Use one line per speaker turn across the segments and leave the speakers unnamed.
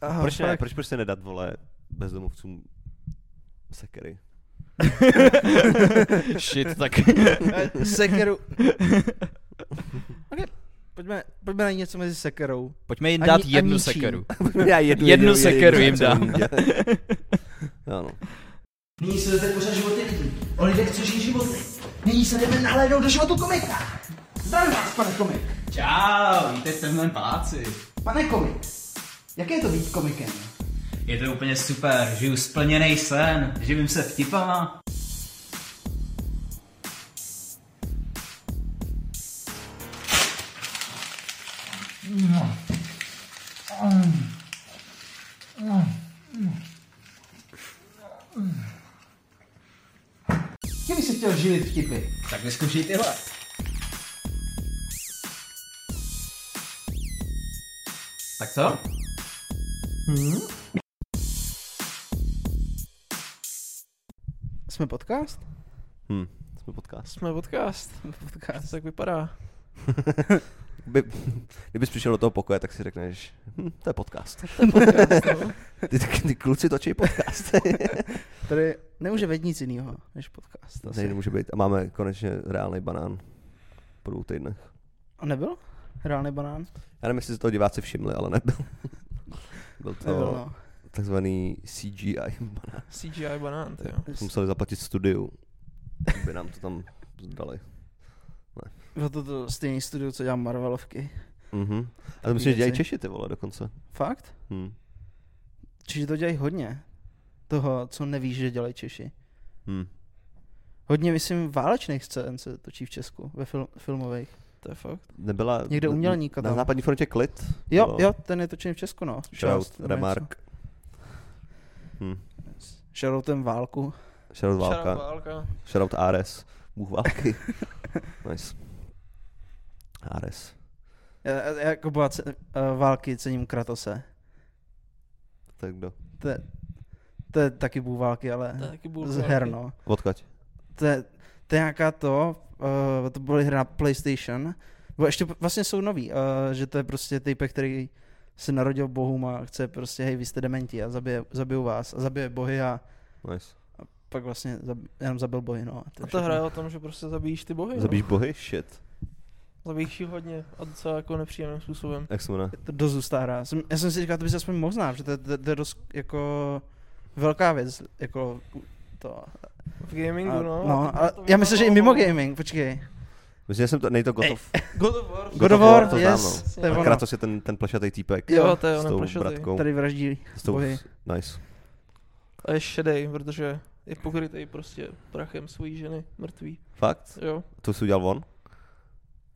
Aha,
proč ne?
fakt.
Proč, proč se nedat, vole, bezdomovcům sekery?
Shit, tak
Eh, Sekeru. okay. Pojďme, pojďme najít něco mezi sekerou.
pojďme jim
A
dát
ni- a
jednu
ničím.
sekeru.
Já
Jednu sekeru jim dám.
Ano.
Nyní se jdete pořád životy lidí. O lidech, co žijí životy. Nyní se jdeme nahlédnout do životu komika. Zdar vás, pane komik.
Čau, vítejte v mém paláci.
Pane komik, jaké je to být komikem?
Je to úplně super, žiju splněný sen, živím se vtipama.
Kdy by se chtěl živit vtipy?
Tak vyzkoušej tyhle. Tak to?
Jsme podcast?
Hm, jsme podcast.
Jsme podcast. Jsme podcast. Tak vypadá.
By, kdybys přišel do toho pokoje, tak si řekneš, hm, to je podcast.
podcast no.
Ty, ty, ty kluci točí podcast.
Tady nemůže vědět nic jiného než podcast.
Tady
Asi.
nemůže být. A máme konečně reálný banán. Po dvou týdnech.
A nebyl? Reálný banán?
Já nevím, jestli se toho diváci všimli, ale nebyl. Byl to
Nebyl, no.
takzvaný CGI banán.
CGI banán, ty jo.
Museli zaplatit studiu, aby nám to tam dali.
Bylo to, to stejný studio, co dělám Marvelovky.
Mhm. A to myslím, že dělají Češi ty vole dokonce.
Fakt?
Hm.
Češi to dělají hodně. Toho, co nevíš, že dělají Češi.
Hm.
Hodně, myslím, válečných scén se točí v Česku, ve fil- filmových.
To je fakt.
Nebyla
Někde umělníka
na, na
tam.
západní frontě klid.
Jo,
Bylo
jo, ten je točený v Česku, no.
Shoutout,
Část, nebo
Remark. Hm.
něco. Shoutoutem válku.
Shoutout
Šará
Válka.
válka.
Shoutout Ares. Bůh války. nice. Ares.
Já, já jako byla ce- eh, války cením Kratose.
Tak kdo?
To je, to je taky bůh války, ale
To je taky bůh
z
války.
her, no.
Odkaď?
To je, to je nějaká to, uh, to byly hry na PlayStation, bo ještě vlastně jsou nový, uh, že to je prostě typek, který se narodil bohům a chce prostě, hej, vy jste dementi a zabije, zabiju vás a zabije bohy a
Nice.
pak vlastně zab, jenom zabil bohy, no. je
A ta
všechno.
hra je o tom, že prostě zabíjíš ty bohy.
Zabíš bohy? Shit.
No. Zabíjíš jich hodně a docela jako nepříjemným způsobem.
Jak se jmenuje?
Je to dost hustá hra. Jsem, já jsem si říkal, to by se aspoň mohl znát, že to, je- to, je- to je dost jako velká věc, jako to.
V gamingu,
A,
no. a
no,
to-
ale
to
já myslím, že i mimo
vypadalo-
gaming, počkej.
Myslím, že jsem to, nej to God of,
God of War.
God of
War,
War,
to znám,
yes,
no.
to je
a
ono,
Kratos je ten, ten plešatý týpek.
Jo, to je
s
ono
tou
plešatý.
bratkou.
tady vraždí
S tou,
bohy.
nice.
A je šedej, protože je pokrytej prostě prachem svojí ženy, mrtvý.
Fakt?
Jo.
To si udělal on?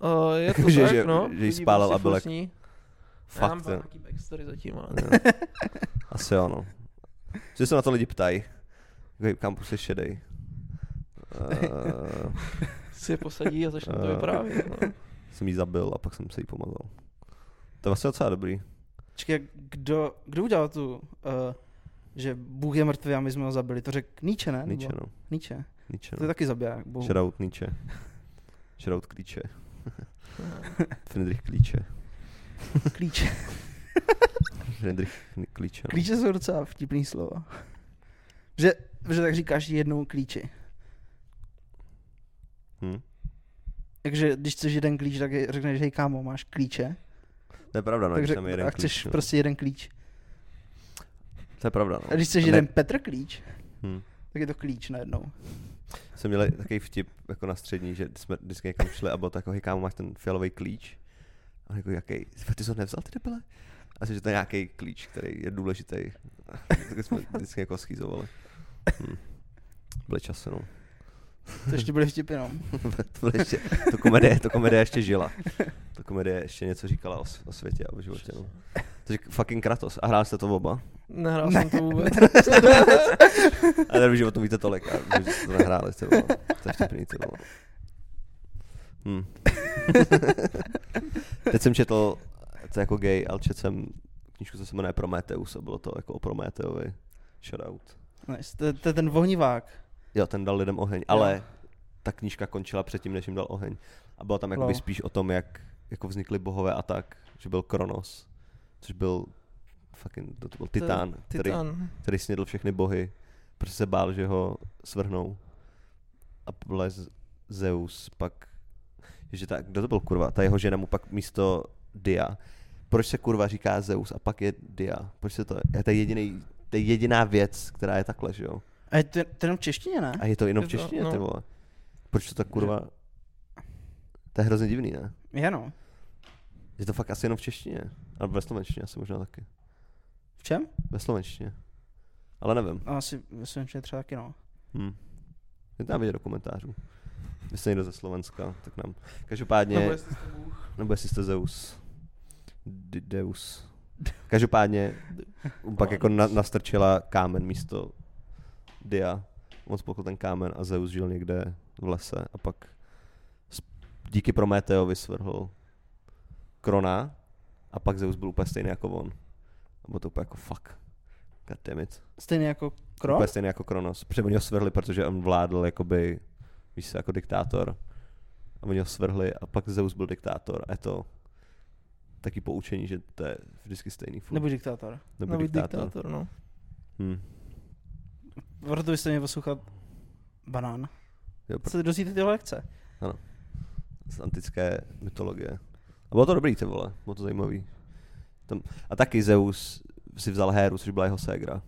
Uh, je to
Že-
tak,
že-
no.
že jí
Vidí
spálil
prostě
a byl
furt
jak-
s ní. Já
Fakt,
mám
jo.
nějaký backstory zatím, ale
Jo. Asi ano. Že se na to lidi ptají. Hej, Kam prostě šedej. Uh,
si je posadí a začne to
Eh.
vyprávět. No.
jsem jí zabil a pak jsem se jí pomazal. To je vlastně docela dobrý.
Počkej, kdo, kdo udělal tu, uh, že Bůh je mrtvý a my jsme ho zabili? To řekl Nietzsche, ne?
Niče,
Nebo-
no.
Nietzsche.
Niče,
To je
no.
taky zabiják Bohu.
Shoutout Niče. Shoutout Klíče. Friedrich Klíče.
Klíče.
Friedrich Klíče. No.
Klíče jsou docela vtipný slova. Že, že tak říkáš jednou klíči.
Hm?
Takže když chceš jeden klíč, tak je- řekneš, hej kámo, máš klíče.
To je pravda, no,
takže
Takže, tam je jeden
a chceš
klíč, no.
prostě jeden klíč.
To je pravda, no.
A když chceš
ne-
jeden Petr klíč,
Hm.
tak je to klíč najednou.
jsme měli takový vtip jako na střední, že jsme vždycky někam šli a bylo to jako, hej kámo, máš ten fialový klíč? A on jako, jaký? Ty jsi ho nevzal, ty debile? A že to je nějaký klíč, který je důležitý. tak jsme vždycky jako schýzovali. Hm. Byly časy, no.
To ještě bude vtip jenom.
to, byly ještě, to, komedie, to komedie ještě žila. To komedie ještě něco říkala o, s- o světě a o životě, no. Takže fucking Kratos. A hráli jste to oba?
Nehrál jsem to vůbec.
A nevím, že o tom víte tolik. A vím, že jste to nehráli, ty vole. To je vtipný, ty vole. Hm. Teď jsem četl, to je jako gay, ale četl jsem knížku, co se jmenuje Prometheus a bylo to jako o Prometeovi. Shoutout.
Nice. To, to je ten vohnivák.
Jo, ten dal lidem oheň, ale ta knížka končila předtím, než jim dal oheň. A bylo tam jakoby
No.
spíš o tom, jak jako vznikly bohové a tak, že byl Kronos, což byl fucking, to, to byl titán, který,
Titan.
který snědl všechny bohy, protože se bál, že ho svrhnou. A vlez Zeus pak, že tak, kdo to byl kurva, ta jeho žena mu pak místo Dia, proč se kurva říká Zeus a pak je Dia, proč se to, je to je jediný, to je jediná věc, která je takhle, že jo.
A je to, to jenom v češtině, ne?
A je to jenom v
Je to-
češtině,
no.
ty vole. Proč to tak kurva, to je hrozně divný, ne?
Je no.
Je to fakt asi jenom v češtině, ale ve slovenštině asi možná taky.
V čem?
Ve slovenštině. Ale nevím.
No, asi myslím, že třeba taky no.
Hm. Je tam vidět do komentářů. Vy jste někdo ze Slovenska, tak nám. Každopádně, nebo, jest... nebo jestli jste Zeus. D- Deus. Každopádně, pak jako na, nastrčila kámen místo Dia. On spolkl ten kámen a Zeus žil někde v lese a pak s- díky Prometeovi svrhl Krona a pak Zeus byl úplně stejný jako on. A bylo to úplně jako fuck. God damn it.
Stejně jako
Kron?
Kron?
Úplně stejný jako Kronos. Protože oni ho svrhli, protože on vládl jakoby, víš se, jako diktátor. A oni ho svrhli a pak Zeus byl diktátor. A je to taky poučení, že to je vždycky stejný furt.
Nebo diktátor.
nebo,
Nebo
diktátor.
diktátor, no.
Hm.
Proto byste měli poslouchat banán.
Jo, pro...
Se dozvíte tyhle lekce.
Z antické mytologie. A bylo to dobrý, ty vole. Bylo to zajímavý. Tam... A taky Zeus si vzal Héru, což byla jeho ségra.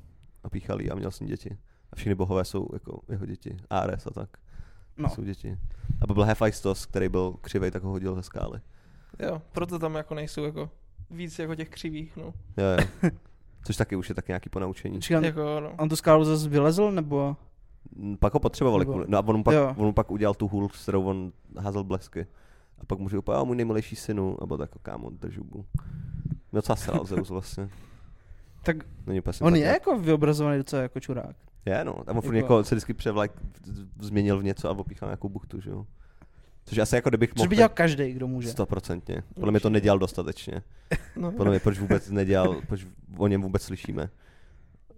A píchal jí a měl s ní děti. A všichni bohové jsou jako jeho děti. Ares a tak.
No.
Jsou děti. A pak byl Hephaistos, který byl křivej, tak ho hodil ze skály.
Jo, proto tam jako nejsou jako víc jako těch křivých, no.
Jo, jo. Což taky už je tak nějaký ponaučení.
Čekám,
Jako, no.
on tu skálu zase vylezl, nebo?
Mm, Pak ho potřebovali
Nebo-
kvůli. No a on mu pak,
Jo.
on mu pak udělal tu hůl, s kterou on házel blesky. A pak mu říkal, "Jo, můj nejmilejší synu, a byl tak, kámo, držu mu. No co sral Zeus vlastně.
Tak
Není úplně
on je
sympatia.
jako vyobrazovaný docela jako čurák.
Je, no. Tam on furt
Jako-
někoho se vždycky převlek, změnil v něco a opíchal nějakou buchtu, že jo. Což asi jako kdybych
Což
mohl...
by dělal každý, kdo může.
Stoprocentně. Podle mě to nedělal dostatečně.
no.
Podle mě, proč vůbec nedělal, proč o něm vůbec slyšíme.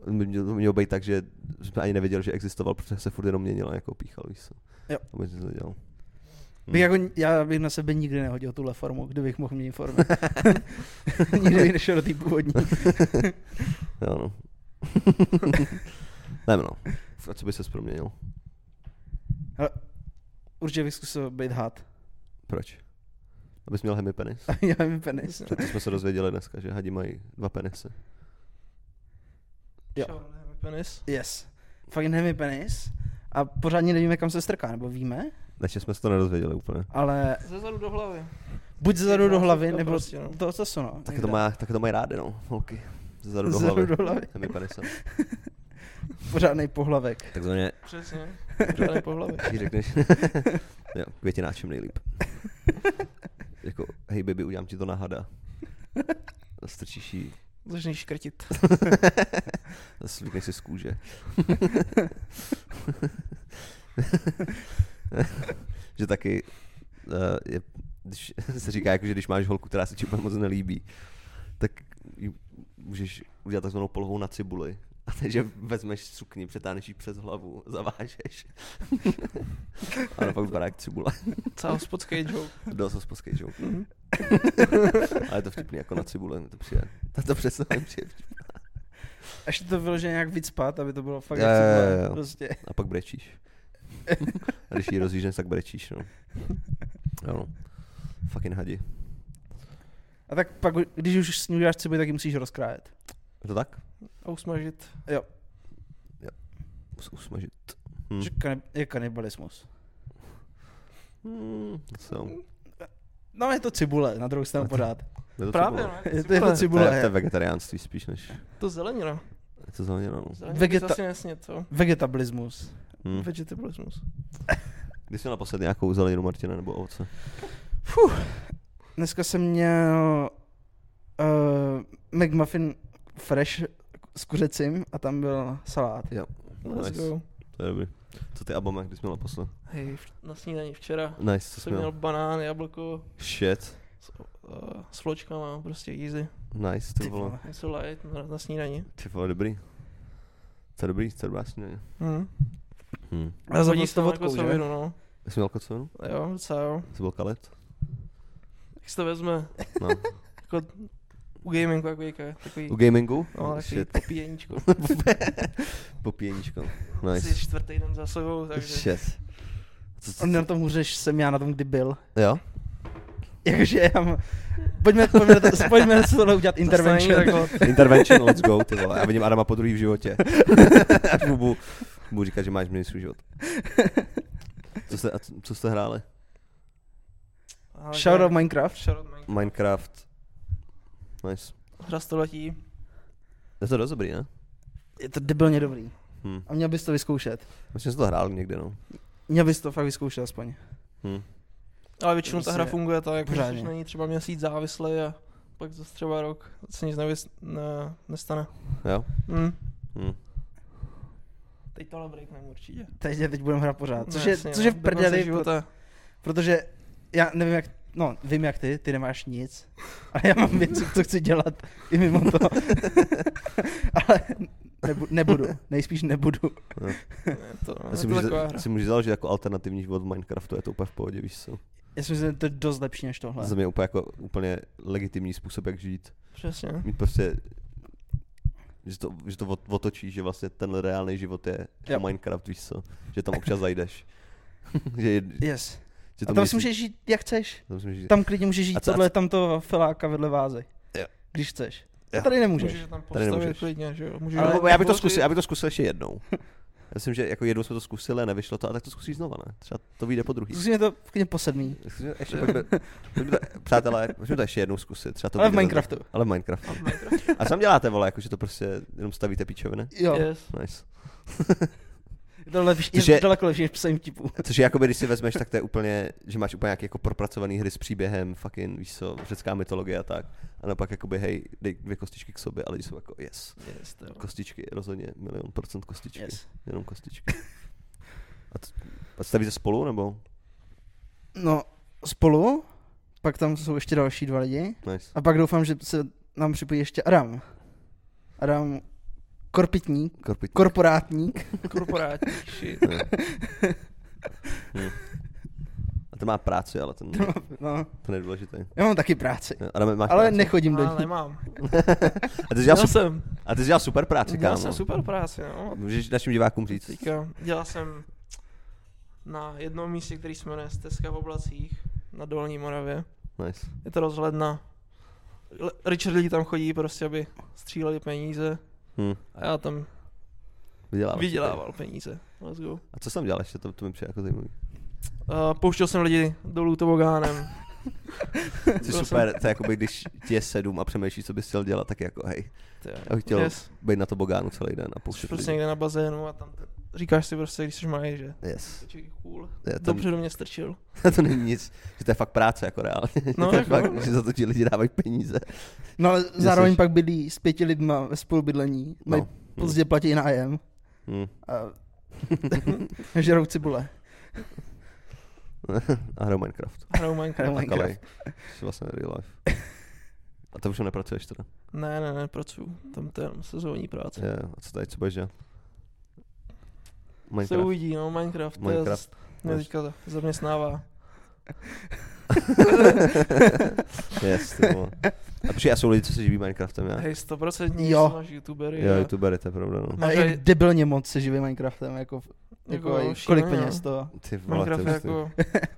Mělo, mělo být tak, že jsme ani nevěděli, že existoval, protože se furt jenom měnil a jako píchal, víš co.
Jo.
Vůbec nic nedělal. Hmm.
Bych jako, já bych na sebe nikdy nehodil tuhle formu, kdybych mohl měnit formu. nikdy bych nešel do té původní.
Jo, no. Nevím, no. A co by se proměnil?
Určitě bych zkusil být had.
Proč? Abys měl hemipenis?
já mi penis.
To jsme se dozvěděli dneska, že hadi mají dva penisy.
Jo.
Šel, ne, Penis.
Yes. Fakt nemi penis. A pořádně nevíme, kam se strká, nebo víme,
Takže jsme se to nedozvěděli úplně.
ale
Ze zadu do hlavy.
buď zezadu do hlavy,
No,
nebo
prostě, no.
to, co jsou, no.
Tak to,
někde.
má, tak to mají rády, no, holky. Zezadu do
Zezadu
hlavy.
do hlavy.
Hemipenisem.
Pořádnej pohlavek.
Takzvaně
Přesně. Žádný po hlavě.
Když řekneš, jo, květináčem nejlíp. jako, hej baby, udělám ti to na hada. A Strčíš jí,
Začneš škrtit.
a svykneš si z kůže. že taky eh, je, když se říká, jako, že když máš holku, která se ti úplně moc nelíbí, tak ji můžeš udělat takzvanou polohou na cibuli. A takže vezmeš sukni, přetáhneš ji přes hlavu, zavážeš. a ona pak vypadá jak cibule.
Celá hospodský joke.
Dal jsem sposkej joke. Ale je to vtipný jako na cibule, mi to přijde. Ta to přesně mi přijde. vtipný.
Až to vyloženě nějak vycpat, aby to bylo fakt
Jo,
jak
jo,
cibule,
jo, jo.
Prostě.
A pak brečíš. A když ji rozjíždeš, tak brečíš, no. Jo, no. Fucking hadi.
A tak pak, když už s ní uděláš cibuli, tak ji musíš rozkrájet.
Je to tak?
A usmažit.
Mus- Usmažit.
Hmm.
Hm.
Že kani- je kanibalismus.
Hmm, co?
No je to cibule, na druhou stranu pořád.
Je to
Právě,
cibule?
no.
Je to, je to
To je,
cibule.
to je
je.
vegetariánství spíš než...
To zelenina.
Je to zelenina, no.
Zelenina
Vegeta-
Vegeta... asi nesně, co?
Vegetabilismus.
Hm.
Vegetabilismus.
Kdy jsi měl naposled nějakou zeleninu, Martina, nebo ovoce?
Dneska jsem měl uh, McMuffin fresh s kuřecím a tam byl salát.
Jo.
Let's
Nice.
go.
To je dobrý. Co ty, Abome, kdy jsi měl naposled?
Hej, v- na snídaní včera
Nice, co jsi
jsem měl
měl?
banán, jablko
Shit.
s, uh, s vločkama, prostě easy.
Nice, ty
Ty
vole.
vole.
Něco light na, na snídaní.
Ty vole, dobrý. To je dobrý, to je dobrá snídaně.
Hmm.
Hm.
Hm.
A za
Hodí
to
se tam
vodkou,
jako
že?
sovinu, no.
Jsi měl kocovinu?
Jo, docela jo.
Jsi byl kalet?
Jak se to vezme?
No.
Jako U gamingu, jak vejka, takový,
U gamingu?
no, takový
Shit.
popíjeníčko.
Popíjeníčko.
Asi
Nice.
čtvrtý den za sebou, takže...
Shit. Co, co,
On na tom hůře, než jsem já na tom kdy byl.
jo?
Jakože já mám... Pojďme, pojďme, to, pojďme na tohle udělat intervention.
Zase není tak
Intervention, let's go, ty vole. Já vidím Adama po druhý v životě. Až mu, bu- mu říkat, že máš měnit svůj život. Co jste, a co- co jste hráli?
moc. Ale
Shout out
tak,
Minecraft.
Shoutout Minecraft.
Minecraft. Nice.
Hra století.
Je to dost dobrý, ne?
Je to debilně dobrý.
Hm.
A měl bys to vyzkoušet.
Myslím, že jsem to hrál někde, no.
Měl bys to fakt vyzkoušet aspoň.
Hm.
Ale většinou ta hra
Prostě
funguje tak, jako, že
pořádně.
když na ní třeba měsíc závislý a pak zase třeba rok se nic nevys, ne, nestane.
Jo?
Hmm.
Hm.
Hm.
Teď tohle breakneme určitě.
Teď, teď budeme hrát pořád. Což je,
jasně,
což je
no,
v
do konce
prdeli, pro,
života.
protože já nevím jak, no vím jak ty, ty nemáš nic, ale já mám věci, co chci dělat i mimo to. ale nebu, nebudu, nejspíš nebudu.
Ne, to,
Já
no,
si
je to
můžu,
taková hra.
si můžu založit jako alternativní život v Minecraftu, je to úplně v pohodě, víš co.
Já si myslím, že to je dost lepší než tohle.
Za mě úplně jako úplně legitimní způsob, jak žít.
Přesně.
Mít prostě, že to, že to ot- otočí, že vlastně ten reálný život je
Jo.
yep. Minecraft, víš co. Že tam občas zajdeš. že, je- že
Yes.
to
A tam si
měsíc-
můžeš žít jak chceš.
tam si můžeš...
Tam klidně můžeš
A
žít
co- a
tohle tamto filáka vedle vázy.
Jo.
Když chceš. A
Jo.
tady nemůžeš.
Můžeš je tam
Tady nemůžeš.
postavit jako- klidně, že jo. Můžeš
Ale-
Ale já bych to zkusil, já bych to zkusil ještě jednou. Já myslím, že jako jednou jsme to zkusili a nevyšlo to, a tak to zkusíš znova, ne? Třeba to vyjde po druhý.
Zkusíme to klidně po sedmý.
Zkusíme Ještě, pojďme, pojďme to, přátelé, pojďme to ještě jednou zkusit. Třeba to
Ale v
vyjde za-
Minecraftu.
Ale v Minecraftu. A co tam děláte, vole, jako, že to prostě jenom stavíte píčoviny?
Jo, je,
Yes.
Nice.
to lepší,
Což
je
je-
daleko lepší než psaní vtipů.
Což je jakoby, když si vezmeš, tak to je úplně, že máš úplně nějaký jako propracovaný hry s příběhem, fucking, víš co, řecká mytologie a tak. A naopak jakoby, hej, dej dvě kostičky k sobě, ale jsou jako, yes,
Yes, to jo.
kostičky, rozhodně, milion procent kostičky, yes.
Yes.
jenom kostičky. A, t- a stavíte spolu, nebo?
No, spolu, pak tam jsou ještě další dva lidi.
Nice.
A pak doufám, že se nám připojí ještě Adam. Adam Korpitník,
Korpit.
korporátník.
Korporátní shit.
Ne. Hm. A ten má práci, ale ten,
No,
ten je důležitý.
já mám taky práci,
Jo, Adame, máš
ale
práci?
nechodím do
Ale
ní.
nemám.
A ty jsi dělal,
Dělal
super,
jsem,
a ty jsi dělal super práci,
dělal
kámo.
jsem super práci, no.
Můžeš našim divákům říct.
Teďka dělal jsem na jednom místě, který se jmenuje Stezka v oblacích, na Dolní Moravě.
Nice.
Je to rozhledna. Le- Richard lidi tam chodí prostě, aby stříleli peníze
Hm.
a já tam
Vydělával.
vydělával peníze. Let's go.
A co jsem dělal ještě, to, to mi přijde jako zajímavý.
Uh, pouštěl jsem lidi dolů tobogánem.
Jsi super, to je jako by, když ti je sedm a přemýšlíš, co bys chtěl dělat, tak jako hej, Já
Já
bych chtěl být na tobogánu celý den a
Jsi
pouštět
prostě
lidi.
někde na bazénu a tam t- říkáš si prostě, když jsi malý, že
Yes.
Čekaj, cool.
Já tam,
Dobře do mě strčil.
to není nic, že to je fakt práce jako reálně.
No,
No, to je
jako
fakt,
jo.
že za to ti lidi dávají peníze.
No ale zároveň
jsi-
pak bydlí s pěti lidma ve spolubydlení.
No.
No. Pozdě platí nájem
Hm.
a žerou cibule.
a hraju Minecraft.
Hraju Minecraft.
Hraju
A
Minecraft.
Kalej. Jsi vlastně real life. A tam už tam nepracuješ teda.
Ne, ne, ne, pracuju. Tam to je jenom sezónní práce.
Je, a co tady, co budeš dělat?
Se
Minecraft.
uvidí, no, Minecraft. Minecraft. To je, z-
Minecraft.
mě teďka za- zaměstnává.
yes, ty vole. a protože já jsou lidi, co se živí Minecraftem, já.
Hej, stoprocentní
Jo.
máš youtubery.
Jo,
a-
youtubery, to je pravda, no.
A
Máš
i
aj-
debilně moc se živí Minecraftem, jako, jako i
šíleně,
kolik
no.
peněz to.
Ty vole, to
Minecraft
už
je
ty.
jako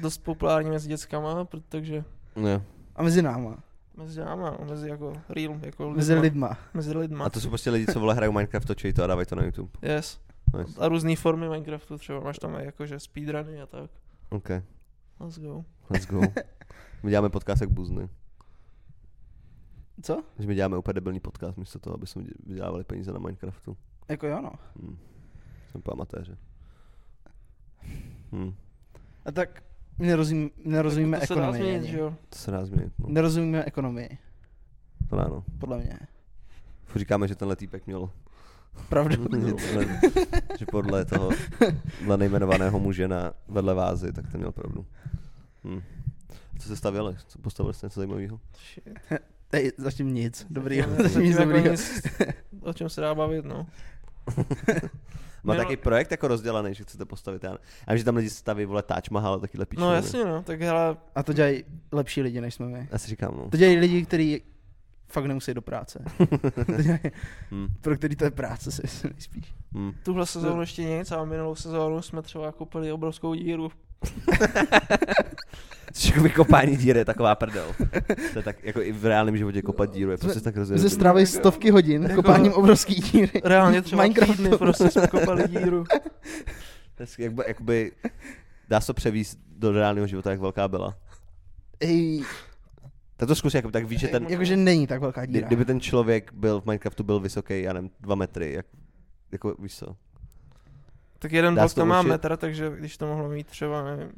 dost populární mezi dětskama, protože
Jo.
A mezi náma,
mezi náma, no, mezi jako real, jako
mezi lidma.
Mezi lidma.
A to jsou prostě lidi, co vole hrajou Minecraft, točí to a dávají to na YouTube.
Yes.
Nice.
A různé formy Minecraftu třeba, máš tam i jakože speedruny a tak.
OK,
Let's go.
let's go. My děláme podcast jak buzny.
Co?
Že my děláme úplně debilní podcast místo toho, aby jsme dě- vydělávali peníze na Minecraftu.
Jako jo, no.
Hm. Jsem po amatéře. Hm.
A tak my nerozumí, nerozumíme
to se dá
ekonomii.
změnit,
ani.
že jo?
To se dá změnit, no.
Nerozumíme ekonomii,
To dá, no.
podle mě.
Furt říkáme, že tenhle týpek měl
Pravdu.
Tenhle- že podle toho dle nejmenovaného muže na vedle vázy, tak ten měl pravdu. Hm. Co se stavěli? Co postavili jste něco zajímavého?
Shit.
Tady zatím nic. Dobrý,
Zatím
zatím nic
jako
dobrýho.
nic, o čem se dá bavit, no.
Má
Měl-
taky projekt jako rozdělaný, že chcete postavit. Já, ne- já vím, že tam lidi staví vole Taj Mahal a takyhle píču.
No jasně, no, tak hele,
A to dělají lepší lidi, než jsme my.
Já si říkám, no.
To dělají lidi, kteří fakt nemusí do práce.
Hmm.
Pro který to je práce, si myslím nejspíš.
Hmm.
Tuhle sezónu ještě nic, ale minulou sezónu jsme třeba koupili obrovskou díru.
Což jako vykopání díry je taková prdel. To je tak, jako i v reálném životě kopat díru je prostě tak
Ze
rozjedený.
strávej stovky hodin kopáním obrovský díry.
Reálně třeba
Minecraftu.
Minecraft týdny prostě jsme kopali díru.
Jakby, jakoby, dá se to převíst do reálného života, jak velká byla.
Ej,
Tak to zkus, jakoby, tak víš, že ten,
jakože není tak velká
kdy-
díra.
kdyby ten člověk byl v Minecraftu byl vysoký, já nevím, dva metry, jak, jako víš co.
Tak jeden
Dá
blok
se to
to má
určit.
metr, takže když to mohlo mít třeba, nevím,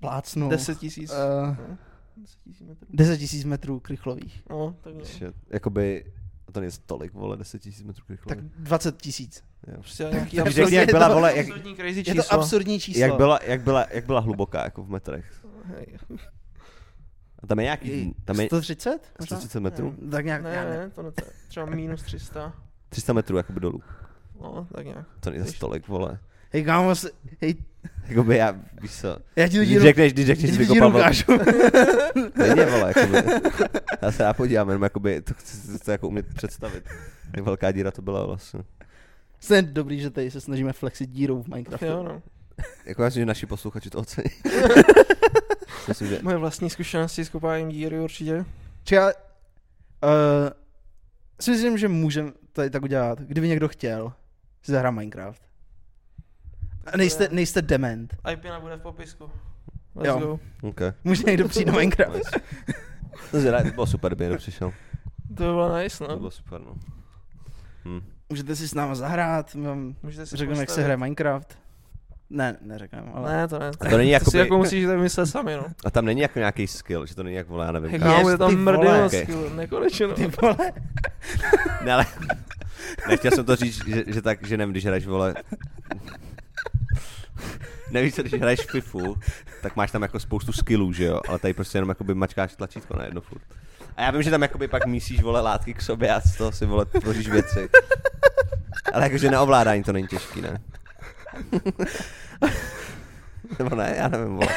Plácnu.
10 tisíc.
No. eh,
ne? 10 tisíc metrů.
10 tisíc metrů krychlových.
No, tak jo.
Že, jakoby, to není tolik, vole, 10 000 metrů krychlových.
Tak 20 tisíc.
Prostě nějaký
Tak
řekni,
absurdní-
jak byla, vole, jak,
absurdní crazy
Je
číslo.
to absurdní číslo.
jak, byla, jak, byla, jak byla hluboká, jako v metrech.
Hej.
A tam je nějaký, Hm, tam je
130? možná?
130 metrů?
Tak nějak,
Ne,
já ne.
ne, to ne, to je třeba minus 300.
300 metrů, jakoby dolů.
No, tak nějak.
To není zase tolik, vole.
Hej, kámo, s- hej,
Jakoby já, víš co,
já ti to
když řekneš, když řekneš, že vykopal velký
ukážu.
Stejně, vole, jakoby. Já se rád podívám, jenom jakoby, to chci si to jako umět představit. Jak velká díra to byla vlastně.
Jsem dobrý, že tady se snažíme flexit dírou v Minecraftu.
Jo, no.
Jako já myslím, že naši posluchači to ocení. myslím, že
Moje vlastní zkušenosti s kopáním díry určitě.
Či já uh, eh, si myslím, že můžeme tady tak udělat. Kdyby někdo chtěl, si zahrá Minecraft. A nejste, nejste dement.
IPina bude v popisku.
Jo.
Let's go.
okay.
Může někdo přijít na Minecraft.
to, zjela, to bylo super, kdyby někdo přišel.
To by bylo nice,
To
no.
bylo super, no. Hm.
Můžete si s náma zahrát, my vám
Můžete si
řekneme, jak se
postavit.
hraje Minecraft. Ne, neřekneme, ale...
Ne, to ne.
A to není
To
jakoby,
si jako musíš tak myslet sami, no.
a tam není jako nějaký skill, že to není jak vole, já nevím.
Hej,
kámo.
kámo, je
ty
tam
vole.
mrdilost,
Okej.
okay. nekonečně, no.
Ty vole,
Ne, ale nechtěl jsem to říct, že, že tak, že nevím, když hraješ, vole. Nevíš, co, když hraješ FIFU, tak máš tam jako spoustu skillů, že jo, ale tady prostě jenom jakoby mačkáš tlačítko na jedno furt. A já vím, že tam jakoby pak mísíš, vole, látky k sobě a z toho si, vole, tvoříš věci. Ale jakože na ovládání to není těžký, ne? Nebo ne, já nevím, vole.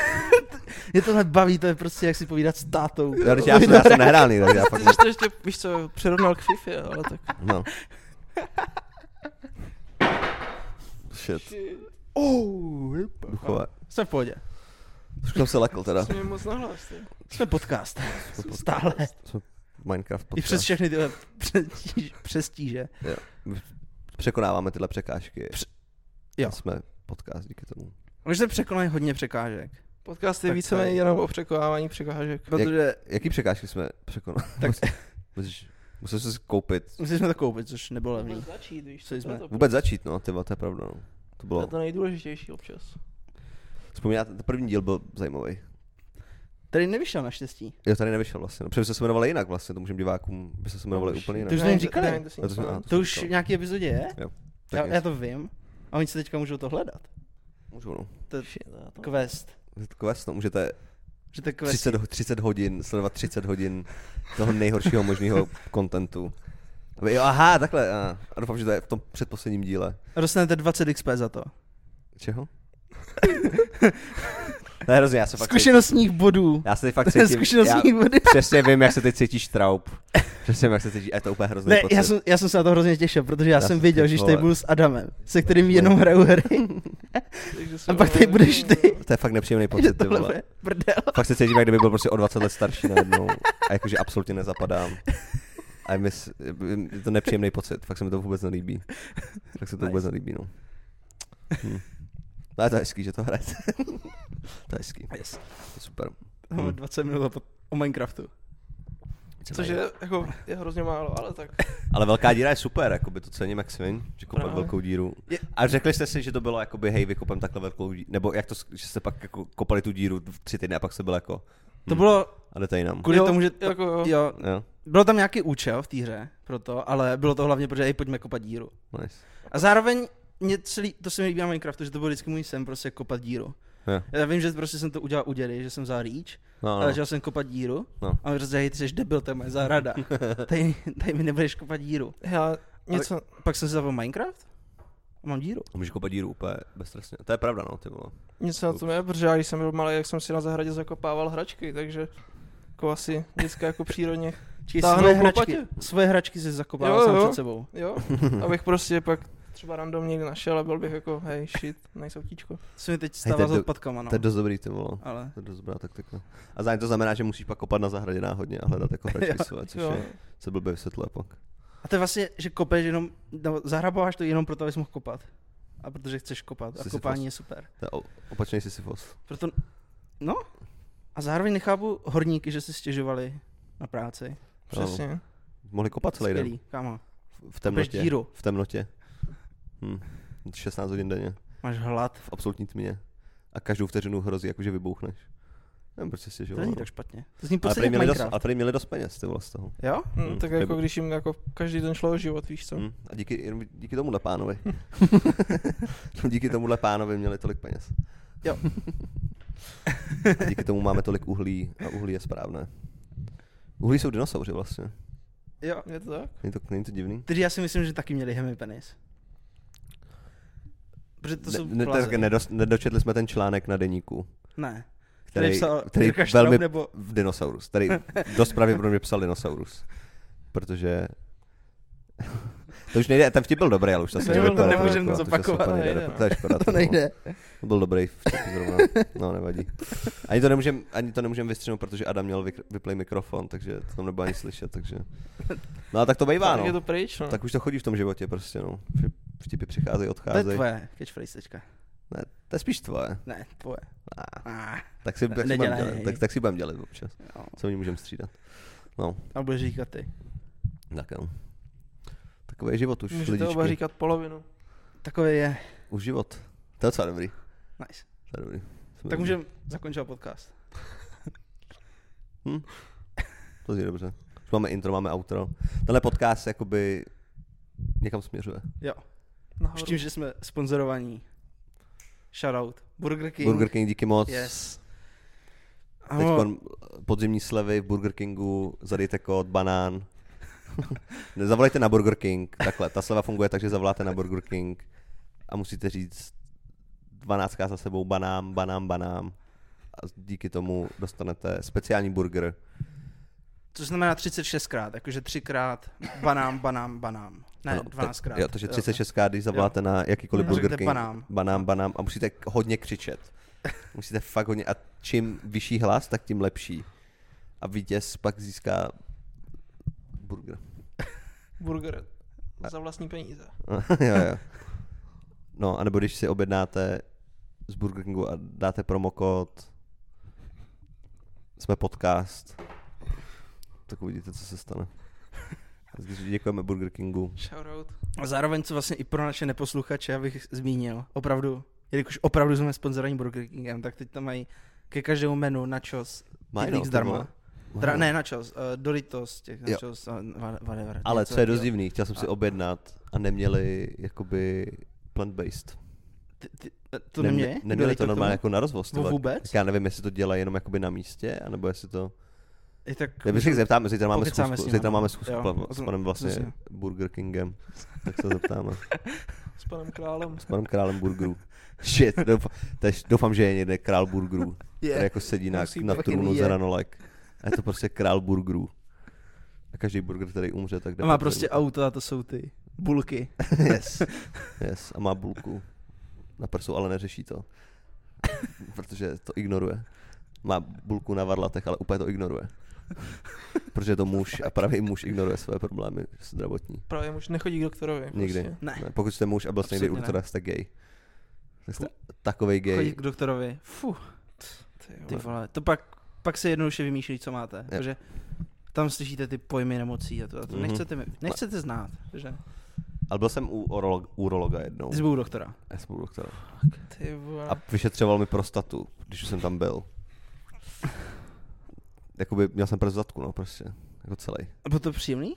mě tohle baví, to je prostě jak si povídat s tátou.
Já, když já, jsem, já jsem nehrálný, tak já fakt...
Ty jsi to ještě, víš co, přirovnal k FIFA, ale tak.
No. Shit.
Oh,
Duchové.
Jsme v pohodě.
Už jsem se lekl teda.
Jsi mě moc nahlas, ty.
Jsme podcast. Stále.
Minecraft
I přes
podcast.
všechny tyhle přestíž- přestíže.
Překonáváme tyhle překážky.
Pře- jo.
Jsme podcast díky tomu.
Už se překonají hodně překážek.
Podcast je
Tak
víceméně
tady.
jenom o překonávání překážek.
Protože
Jaký překážky jsme překonali?
Tak-
Musíš, musel jsem si koupit.
museli jsme to koupit, což nebylo levný.
začít, víš,
co, to je jsme- to
Vůbec začít, no, ty vole, to je pravda, no. To
To je
bylo,
to nejdůležitější občas.
vzpomínáte, ten první díl byl zajímavý.
Tady nevyšel naštěstí.
Jo, tady nevyšel vlastně, no, protože se jmenovali jinak vlastně, to můžeme divákům, by se jmenovali No, úplně jinak.
To už jsme jim říkali.
Jo, to jsme- aha,
To
jsem
už v
říkal.
nějaký epizodě je?
Tak
Já,
nic.
já to vím. A oni se teďka můžou to hledat.
Můžu, no.
Quest.
Je to Quest, no, můžete
Že to je quest.
30, ho- 30 hodin, sledovat 30 hodin toho nejhoršího možného kontentu. Jo, aha, takhle. A, a doufám, že to je v tom předposledním díle.
A dostanete 20 XP za to.
Čeho? ne, hrozně, já se fakt cítím,
Zkušenostních bodů.
Já se teď fakt
To je
cítím, já
Zkušenostních bodů.
přesně vím, jak se teď cítíš Traub. Přesně vím, jak se cítíš, a je to úplně hrozný
Ne,
pocit.
já jsem, já jsem se na to hrozně těšil, protože já,
Já
jsem
jsem
věděl,
ty
že když
vole.
tady budu s Adamem, se kterým jenom hraju hry, a pak tady budeš ty,
To je fakt nepříjemný
že
pocit, ty
tohle
vole.
bude prdel.
Fakt se cítím, jak kdyby byl prostě o 20 let starší najednou. A jakože absolutně nezapadám. A je mi s- je to nepříjemný pocit, fakt se mi to vůbec nelíbí. Tak se to
Nice.
vůbec nelíbí, no. Hm. Ale to je hezký, že to hrajete. to je hezký, to
Yes.
je super.
Máme
Hm.
20 minut o pod- o Minecraftu.
Což je, jako, je hrozně málo, ale tak.
Ale velká díra je super, jakoby to cením jak svin, že kopat
Právě.
velkou díru.
Je-
A řekli jste si, že to bylo jakoby, hej, vykopem takhle velkou díru, nebo jak to, s- že jste pak jako kopali tu díru v tři týdny a pak se byl jako,
To
Hm.
bylo
a jdete jinam.
kvůli
Jo,
tomu, že...
jako-
jo,
Jo,
Bylo tam nějaký účel v té hře, proto, ale bylo to hlavně, protože i pojďme kopat díru.
nice.
A zároveň mě celý, to se mi líbí na Minecraftu, že to byl vždycky můj sen prostě kopat díru.
Jo.
Já vím, že prostě jsem to udělal u dědy, že jsem vzal rýč,
No, no.
ale začal jsem kopat díru
No.
a on říkal, hej, ty jsi debil, to je moje zahrada, tady, tady mi nebudeš kopat díru.
Já něco,
Pak jsem si zapal Minecraft a mám díru.
A můžeš kopat díru úplně beztrestně. To je pravda, no, ty vole.
něco na tom je, protože já když jsem byl malý, jak jsem si na zahradě zakopával hračky, takže jako asi vždycky jako přírodně.
Či
Táhnou
svoje
po
hračky,
patě.
svoje hračky si zakopával
Jo,
sám
jo.
před sebou.
Jo, abych prostě pak třeba random někdo našel a byl bych jako, hej, shit, nice autíčko.
Co mi teď
to
stává
je
s
do-
odpadkama, no.
To je dost dobrý, ty vole.
Ale
To je dost dobrá taktika. A zároveň to znamená, že musíš pak kopat na zahradě náhodně a hledat jako hračky
Jo,
své, což
Jo,
je, se blbě vysvětluje pak.
A to je vlastně, že kopeš jenom, no, zahrabováš to jenom proto, abys mohl kopat. A protože chceš kopat. A
Sisyfos.
kopání je super.
To je o- opačný Sisyfos.
Proto, no. A zároveň nechápu horníky, že si stěžovali na práci.
přesně.
Mohli kopat celý den.
Skvělý, kámo.
V- V
Kopeš
temnotě.
díru.
V temnotě. Hm. 16 hodin denně.
Máš hlad.
V absolutní tmě. A každou vteřinu hrozí, jakože vybouchneš. Nevím, proč se
To
stěžoval.
není tak špatně. To zní
no. Ale
podstatně
prý
jak
měli, dost,
Minecraft.
ale prý měli dost peněz, ty vole, z toho.
Jo?
No,
Hm,
tak
nebo-
jako když jim jako každý ten šlo o život, víš co?
Hmm. A díky, jenom díky tomuhle pánovi. No, díky tomuhle pánovi měli tolik peněz.
Jo.
A díky tomu máme tolik uhlí a uhlí je správné. Uhlí jsou dinosauři vlastně.
Jo.
Je to tak?
Není to, není to divný?
Tedy já si myslím, že taky měli hemi penis. Protože to jsou
ne, ne,
plázy.
tak nedos, nedočetli jsme ten článek na deníku,
ne.
který, který,
psal
který
Jirka Štraub,
velmi
nebo
v dinosaurus, který dost pravděpodobně psal dinosaurus, protože to už nejde, ten vtip byl dobrý, ale už to asi
To
nejde
bylo-
to
nemůžem
reprodukovat,
to
už asi
opakovat,
úplně nejde,
nejde,
repro- to je škoda,
no. to nejde.
To byl dobrý vtip zrovna, no nevadí. Ani to nemůžem, ani to nemůžem vystřihnout, protože Adam měl vykr- vyplej mikrofon, takže to tam nebylo ani slyšet, takže. No a tak to bejvá,
Tak je to
no.
pryč, no.
Tak už to chodí v tom životě prostě, no. Že Vtipy přicházejí,
To je
odcházejí.
tvoje catchphrase teďka.
Ne, to je spíš tvoje.
Ne, tvoje.
Ah,
Ah,
tak si,
Ne-
tak si budem
nedělej.
dělat, tak, tak si budem dělat občas.
no.
Co oni můžeme střídat. No,
A budeš říkat ty.
tak jo. Takový je život už,
Můžete
lidičky.
oba říkat polovinu.
Takový je.
Už život. To je docela dobrý. To
Nice.
je dobrý. Jsme
Tak
dobrý.
můžeme zakončit podcast.
To je dobře. Už máme intro, máme outro. Tenhle podcast jakoby někam směřuje.
Jo. Už
Nahoru.
tím, že jsme sponzorovaní. Shoutout. Burger King.
Burger King, díky moc.
Yes.
Teď eh,
Ahoj.
podzimní slevy v Burger Kingu, zadejte kód, banán. Zavolejte na Burger King, takhle. Ta sleva funguje tak, že zavoláte na Burger King a musíte říct 12 za sebou banám, banám, banám. A díky tomu dostanete speciální burger.
Což znamená 36krát, jakože 3krát banám, banám, banám. Ne,
tak-
12krát.
Jo, takže 36 když zavoláte na jakýkoliv
A
Burger
řeknete
King.
banám.
Banám, banám. A musíte k- hodně křičet. Musíte fakt hodně. A čím vyšší hlas, tak tím lepší. A vítěz pak získá burger.
Burger za vlastní peníze.
jo, jo. No, anebo když si objednáte z Burger Kingu a dáte promokód jsme podcast, tak uvidíte, co se stane. Takže děkujeme Burger Kingu.
Shoutout.
A zároveň, co vlastně i pro naše neposluchače, abych zmínil, opravdu, jelikož opravdu jsme sponzorovaní Burger Kingem, tak teď tam mají ke každému menu načos,
Mají, no,
jedlík
ty vole.
zdarma. Teda,
Wow.
ne načos, uh, Doritos, těch
Jo.
načos, a va- whatever.
Ale
něco
co je dost
takového.
divný, chtěl jsem si
A-
objednat a neměli jakoby plant-based.
Ty- ty- eh, To
Nem-
neměli?
Neměli to
Byli k tomu?
normálně jako na rozvoz. ty
No
vole.
vůbec?
Tak já nevím, jestli to dělají jenom jakoby na místě, anebo jestli to...
I tak
Já bych se jich zeptáme, zítra máme
Pokecáme
schůzku,
s nima,
zítra
no.
máme schůzku
Jo,
pla-
o
s
tom-
panem vlastně
přesně.
Burger Kingem, tak se zeptáme.
S panem králem.
S panem králem burgerů. Shit, doufám, doufám, že je někde král burgerů,
Je.
který jako sedí na,
Musí
na
být.
trůnu
Je.
za ranolek. A je to prostě král burgerů. A každý burger, který umře, tak jde
A má
pod
prostě
zemí.
auto a to jsou ty bulky.
yes. yes. A má bulku na prsu, ale neřeší to. Protože to ignoruje. Má bulku na varlatech, ale úplně to ignoruje. Protože je to muž a pravý muž ignoruje své problémy zdravotní.
Právě muž nechodí k doktorovi.
Nikdy.
Prostě.
Ne,
Pokud jste muž a byl jste někdy
Absolutně ne.
ultra, jste gay. Tak jste takovej
chodí
gay.
k doktorovi. Fuh,
Ty
ty
vole.
vole, to pak, pak se jednoduše vymýšlí, co máte, protože tam slyšíte ty pojmy nemocí a to, a to
Mhm.
nechcete, mi- nechcete znát, že?
Ale byl jsem u orolog, urologa jednou.
Ty jsi byl u doktora.
Já jsem u doktora.
Ty vole.
A vyšetřoval mi prostatu, když už jsem tam byl. Jakoby měl jsem prst v zadku, no prostě. Jako celý.
A Bylo to příjemný?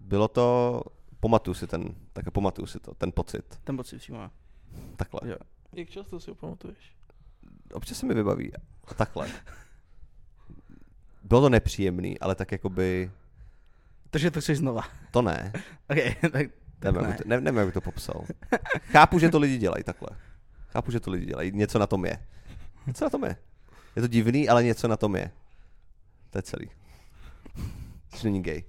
Bylo to, pamatuju si ten, tak pamatuju si to, ten pocit,
Ten pocit přímo.
takhle.
Jo.
Jak často si ho pamatuješ?
Občas se mi vybaví, a takhle. Bylo to nepříjemný, ale tak jakoby,
Takže to chceš znova.
to ne,
Okay, tak, tak
nevím, ne.
ne.
jak, by to, ne, nevím jak bych to popsal. Chápu, že to lidi dělají takhle. Chápu, že to lidi dělají, něco na tom je. Něco na tom je. Je to divný, ale něco na tom je. To je celý. Což není gay.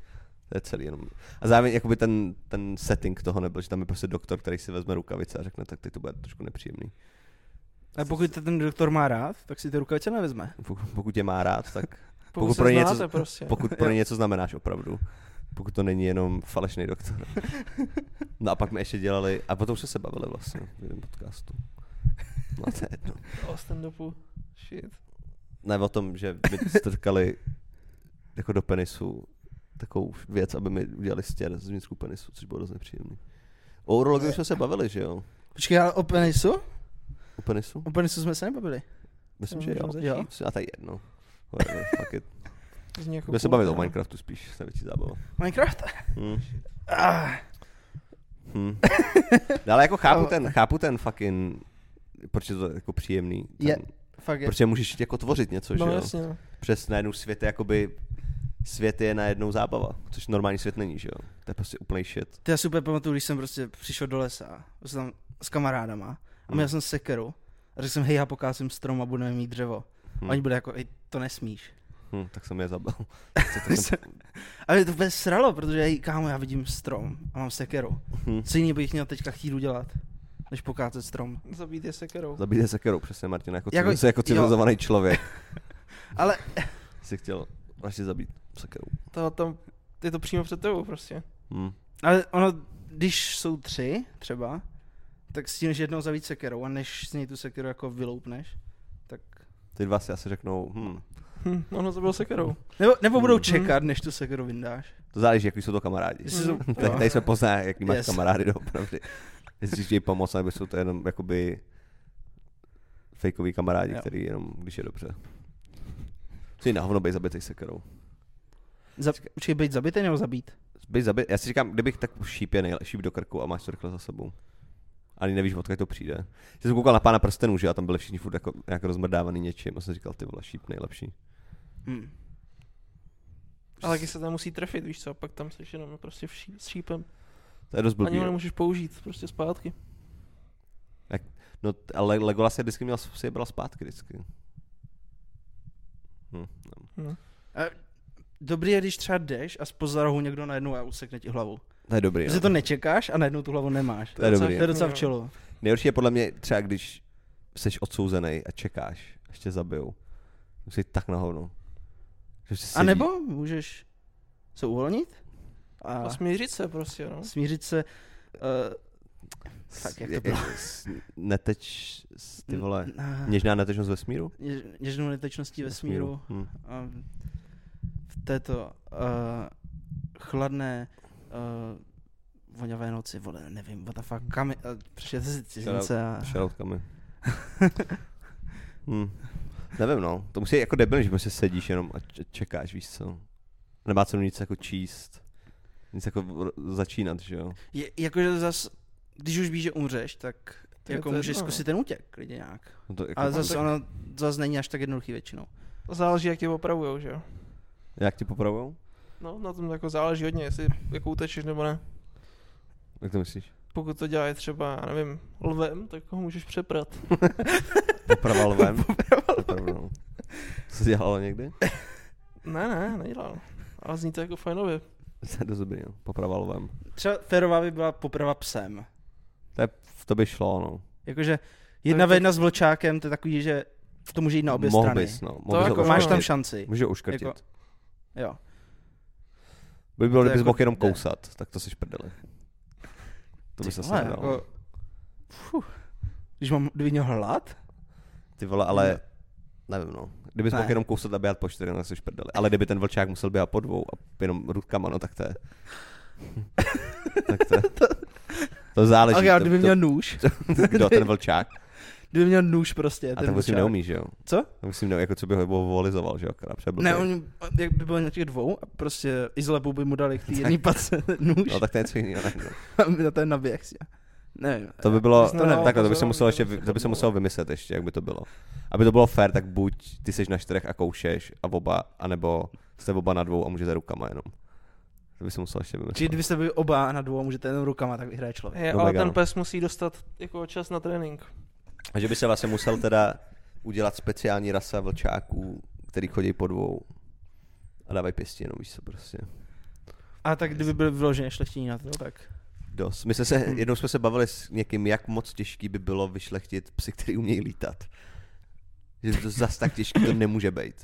To je celý jenom. A zároveň jakoby ten, ten setting toho nebyl, že tam je prostě doktor, který si vezme rukavice a řekne, tak teď to bude trošku nepříjemný.
A pokud te ten doktor má rád, tak si ty rukavice nevezme.
Pokud, pokud tě má rád, tak
Pokud
pro
se
ně něco-
znáte prostě.
pokud pro ně něco znamenáš opravdu. Pokud to není jenom falešný doktor. No a pak jsme ještě dělali, a potom jsme se bavili vlastně v jiném podcastu. No a to je jedno.
O stand-upu. Shit.
Ne o tom, že mi strkali jako do penisu takovou věc, aby mi udělali stěr z vnitřku penisu, což bylo dost nepříjemný. O urologii už jsme se bavili, že jo?
Počkej, ale o penisu?
O penisu?
O penisu jsme se nebavili.
Myslím,
To
že jo.
můžeme začít.
jo. A to je jedno. Whatever, fuck it.
Z něj jako
Bude se
kůl,
bavit o
teda.
Minecraftu spíš, se větší zábava.
Minecraft? Ah,
Hm. Hm. No, ale jako chápu ten, chápu ten fucking, proč je to jako příjemný. Ten,
Je, Fakt je.
Protože můžeš jako tvořit něco, že
No
jo?
jasně, no.
Přes najednou svět je jakoby, svět je najednou zábava, což normální svět není, že jo? To je prostě úplný shit.
To já si úplně pamatuju, když jsem prostě přišel do lesa, byl jsem tam s kamarádama a
Hmm.
měl jsem sekeru a řekl jsem, hej, já pokásím strom a budeme mít dřevo.
Hmm.
Hmm. Oni byli jako, hej, to nesmíš.
Hm, tak jsem je zabil.
Tak jsem... A mě to úplně sralo, protože hej, kámo, já vidím strom a mám sekeru.
Hm.
Hmm. Co jiného bych měl teďka chtít udělat, než pokácet strom.
Zabít je sekerou.
Zabít je sekerou, přesně Martin, jako,
Jako-
jako, jako
jo.
civilizovaný člověk
Ale
si chtěl vlastně zabít sekerou.
To tam, je to přímo před tebou prostě.
Hm.
Ale ono, když jsou tři třeba, tak stíhneš jednou zavít sekerou a než s něj tu sekeru jako vyloupneš, tak...
Ty dva si asi řeknou, hm,
Hm, ono to bylo sekerou.
Nebo, nebo budou čekat, než tu sekeru vyndáš.
to záleží, jaký jsou to kamarádi.
Jestli jsou...
Tak tady se pozná, jaký máš
Yes.
yes. kamarády doopravdy. Jestli chtějí pomoct, nebo jsou to jenom jakoby fejkoví kamarádi,
Jo.
který jenom, když je dobře. Co je na hovno být zabitej sekerou.
Za, určitě být zabitý nebo zabít?
Být zabit, já si říkám, kdybych tak šíp je nejlepší šíp do krku a máš to rychle za sebou. Ani nevíš, odkud to přijde. Já jsem koukal na pána prstenů, že a tam byli všichni furt jako, nějak rozmrdávaný něčím a jsem říkal, ty vole, šíp nejlepší.
Hm.
Ale taky se tam musí trefit, víš co, a pak tam seš jenom prostě v ší, s šípem.
To je dost blbý.
Ani ho
no.
nemůžeš použít, prostě zpátky.
No, t- ale Legolas je vždycky měl, si je bral zpátky vždycky. Hm, no.
Dobrý je, když třeba jdeš a spoza rohu někdo najednou a usekne ti hlavu.
To je dobrý.
Že
no.
to nečekáš a najednou tu hlavu nemáš.
To je dobrý.
To je docela v čelo.
Nejhorší je podle mě třeba, když jsi odsouzený a čekáš, až tě zabijou. Jsi tak na hovno. Že si
A
sedí-
nebo můžeš se uvolnit a
A smířit se prostě, no.
smířit se eh,
s-
tak, jak to bylo?
s- Neteč, s- ty vole,
na
něžná netečnost vesmíru?
něž- něžnou netečností vesmíru.
Hm.
a v této uh, chladné uh, voňavé noci, vole, nevím, what the fuck, kam, uh, přijete si cizince a...
Šaroutkami. hm. Nevím no, to musí jako debil, že prostě sedíš jenom a č- čekáš, víš co. Nemá cenu nic jako číst. Nic jako ro- začínat, že jo.
Je, jakože zas, když už víš, že umřeš, tak
To je
jako
to
můžeš
jedno, no.
zkusit ten útěk, klidně nějak.
No to jako,
Ale zase ono zase není až tak jednoduchý většinou.
Záleží, jak tě opravujou, že jo.
Jak tě popravujou?
No, na tom jako záleží hodně, jestli jako utečeš nebo ne.
Jak to myslíš?
Pokud to dělají třeba, já nevím, lvem, tak ho můžeš přeprat.
Poprava lvem? Poprava lvem. To se dělalo někdy?
Ne, ne, nedělal. Ale zní to jako fajnově.
To je dost dobrý, no. Poprava lvem.
Třeba Ferová by byla poprava psem.
To, je, to by šlo, no.
Jakože jedna
je
ve
to-
jedna s vlčákem, to je takový, že to může jít na obě
Mohl
strany.
bys, no. Mohl bys
jako
ho
Máš tam
uškrtit.
šanci.
Může ho uškrtit.
Jako-
Jako...
Jo.
By bylo,
To
kdybys
jako-
mohl jenom
ne.
kousat, tak to si prdeli. To by
Ty
se
vole,
nedalo.
jako- Fuh. Když mám dvě hlad,
Ty vole, ale nevím no. Kdybys
Ne.
mohl jenom kousat a běhat po čtyři, no, tak jsi v prdeli. Ale kdyby ten vlčák musel běhat po dvou a jenom rutkama, no tak to je... tak to je... To záleží.
ale já
to-
kdyby
to-
měl nůž,
Kdo, ten vlčák?
Kdyby měl nůž prostě.
A ten musím
vlčák.
neumí, že jo?
Co?
Ten musím neumí, jako co by ho volizoval, že jo? Akorát, protože byl
Ne,
tady.
on, jak by byl na těch dvou a prostě i z lebu by mu dali k té jedné patce nůž
No tak to je něco jiného. ne, no.
a my na ten naběh si. Nevím.
To by bylo,
To
No, to
jsme
ne,
na
takhle, to by se
pozorovateli
muselo ještě,
prostě
to by se
chodilo.
muselo vymyslet ještě, jak by to bylo. Aby to bylo fair, tak buď ty seš na čtyřech a koušeš a oba, anebo jste oba na dvou a můžete rukama jenom. To by se muselo ještě
Či
vymyslet.
kdybyste byli oba na dvou a můžete jenom rukama, tak vyhraje člověk.
Je,
No,
ale
tak ano.
ten pes musí dostat jako čas na trénink.
A že by se vlastně musel teda udělat speciální rasa vlčáků, který chodí po dvou. a dávají pěstěnou, víš co, prostě.
A tak kdyby byl vyloženě šlechtění na to, no, tak...
Dost. My jsme se,
Hmm.
jednou jsme se bavili s někým, jak moc těžký by bylo vyšlechtit psy, který umějí lítat. Že to zas tak těžký to nemůže být.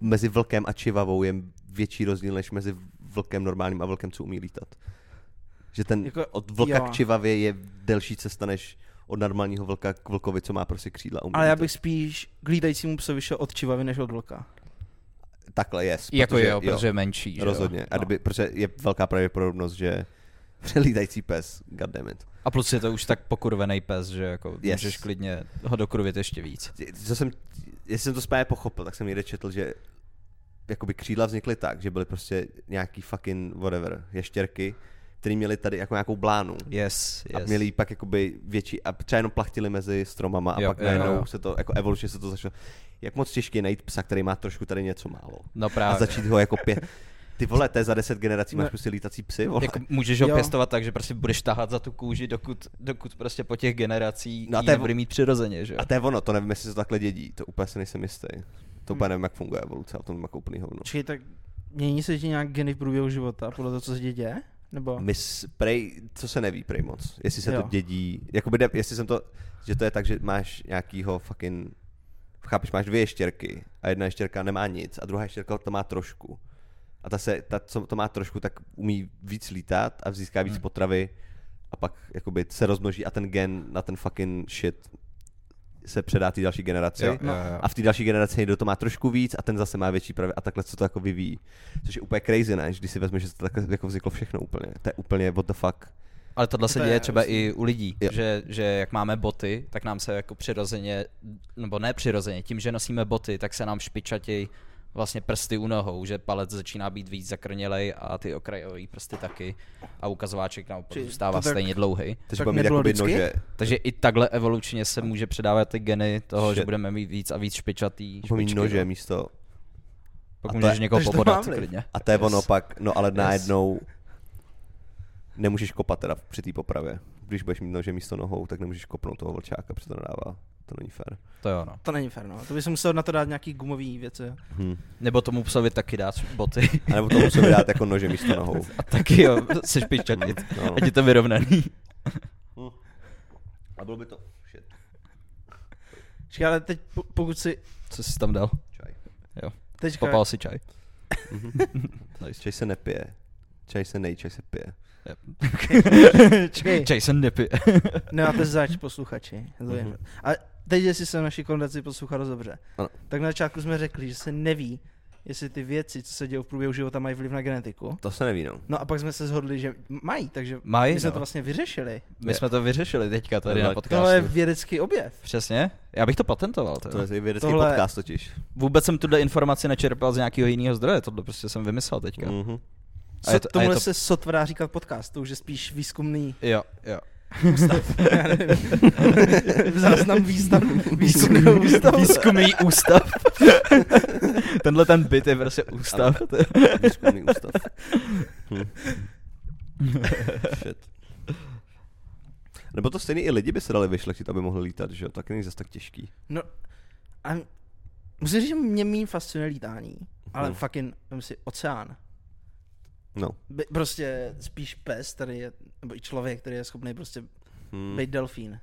Mezi vlkem a čivavou je větší rozdíl, než mezi vlkem normálním a vlkem, co umí lítat. Že ten
Jako-
jako, od vlka
jo.
jo. k čivavě je delší cesta, než od normálního vlka k vlkovi, co má prostě křídla. a Umí
Ale já
lítat.
bych spíš k lítajícímu psovi šel od čivavy než od vlka.
Takhle je. Yes,
Jako jo, protože je menší. že jo. No.
Rozhodně. A kdyby, protože je velká pravděpodobnost, že lítající pes, goddammit.
A plus je to už tak pokurvený pes, že jako yes.
Yes.
můžeš klidně ho dokurvit ještě víc.
co jsem, jestli jsem to správně pochopil, tak jsem někde četl, že jakoby křídla vznikly tak, že byly prostě nějaký fucking whatever, ještěrky, který měli tady jako nějakou blánu.
Yes, yes.
A měli jí pak jakoby větší, a třeba jenom plachtili mezi stromama a
Jo,
jo, pak
jo,
najednou
jo.
se to, jako evolučně se to začalo. Jak moc těžké je najít psa, který má trošku tady něco málo.
No
A,
právě.
začít ho jako pě... Ty vole, to je za deset generací, máš
Ne.
prostě lítací psy, vole.
Jako můžeš ho
Jo.
pěstovat tak, že prostě budeš tahat za tu kůži, dokud, dokud prostě po těch generacích
No
no
a
ji
to je-
nebude mít přirozeně, že jo?
A to je ono, to nevím, jestli se to takhle dědí, to úplně se nejsem jistý. To úplně nevím, jak funguje evoluce, o tom vím jako úplný hovno.
Čili tak mění se ti nějak geny v průběhu života podle toho, co se ti děje? Nebo?
My s, prej, co se neví prej moc, jestli se
Jo.
to dědí, jakoby jde, jestli jsem to, že to je tak, že máš nějakýho fucking, chápeš, máš dvě ještěrky a jedna ještěrka nemá nic a druhá ještěrka to má trošku. A ta, se, ta co to má trošku, tak umí víc lítat a získá
Hmm.
víc potravy a pak jakoby se rozmnoží a ten gen na ten fucking shit se předá té další generaci.
Jo, jo, jo.
A v té další generaci někdo to má trošku víc a ten zase má větší pravě a takhle se to jako vyvíjí. Což je úplně crazy, ne? Že Když si vezmeš, že to takhle jako vzniklo všechno úplně. To je úplně what the fuck.
Ale tohle se
To je
děje třeba
hrozný.
i u lidí,
Jo.
že, že jak máme boty, tak nám se jako přirozeně, nebo ne přirozeně, tím, že nosíme boty, tak se nám špičatěj vlastně prsty u nohou, že palec začíná být víc zakrnělej a ty okrajové prsty taky a ukazováček nám
Či
zůstává
to tak-
stejně dlouhý.
Takže
Tak
budeme mít
nebylo
jakoby
vždycky?
nože.
Takže i takhle evolučně se může předávat ty geny toho, že
Shit.
budeme mít víc a víc špičatý
Budeme mít
špičky,
nože
no.
místo.
Pak
A to
můžeš
je-
někoho
takže to
pobodat
mám-li.
klidně.
A to je
Yes.
ono pak, no ale najednou nemůžeš kopat teda při té popravě. Když budeš mít nože místo nohou, tak nemůžeš kopnout toho vlčáka, protože to nedává. To není fér.
To je ono.
To není fér, no. To by se musel na to dát nějaký gumový věci.
Hm.
Nebo tomu psovi taky dát boty.
A nebo to musíme dát jako nože místo nohou.
A taky jo, se špičatit.
No.
Ať je to vyrovnaný.
A bylo by to shit.
Čekaj, ale teď po- pokud si...
Co jsi tam dal?
Čaj.
Jo.
Teďka,
Popal si čaj.
Nice. Mhm. Čaj se nepije. Čaj se nej, čaj se pije.
Čekej.
Čaj se nepije.
nemáte zač, posluchači. To je-
Mhm.
A teď, jestli se naši kondaci poslouchá dost dobře.
Ano.
Tak na začátku jsme řekli, že se neví, jestli ty věci, co se dějí v průběhu života, mají vliv na genetiku.
To se neví, no.
No a pak jsme se shodli, že mají, takže
Mají,
my jsme
no.
to vlastně vyřešili.
My jsme to vyřešili teďka tady
No,
na podcastu.
Tohle je vědecký objev.
Přesně. Já bych to patentoval. Teda.
To je vědecký
Tohle-
Tohle... podcast totiž.
Vůbec jsem tuhle informaci nečerpal z nějakého jiného zdroje. Tohle prostě jsem vymyslel teďka.
Mhm.
A je
Co,
to- a je
tomuhle
to-
se sotva dá říkat podcast, to už je spíš výzkumný
Jo, jo.
já nevím, záznam výstav, výzkumného ústavu.
Výzkumný ústav. Tenhle ten byt je prostě ústav.
Výzkumný ústav. Hm. Shit. Nebo to stejný i lidi by se dali vyšlechtit, aby mohli lítat, že jo? Taky není zas tak těžký.
No, a musím říct, že mě méně fascinuje lítání, ale
Mhm.
fucking, vem si, oceán.
No.
By, prostě spíš pes, tady je, nebo i člověk, který je schopný prostě
Mhm.
Hm.
být delfín.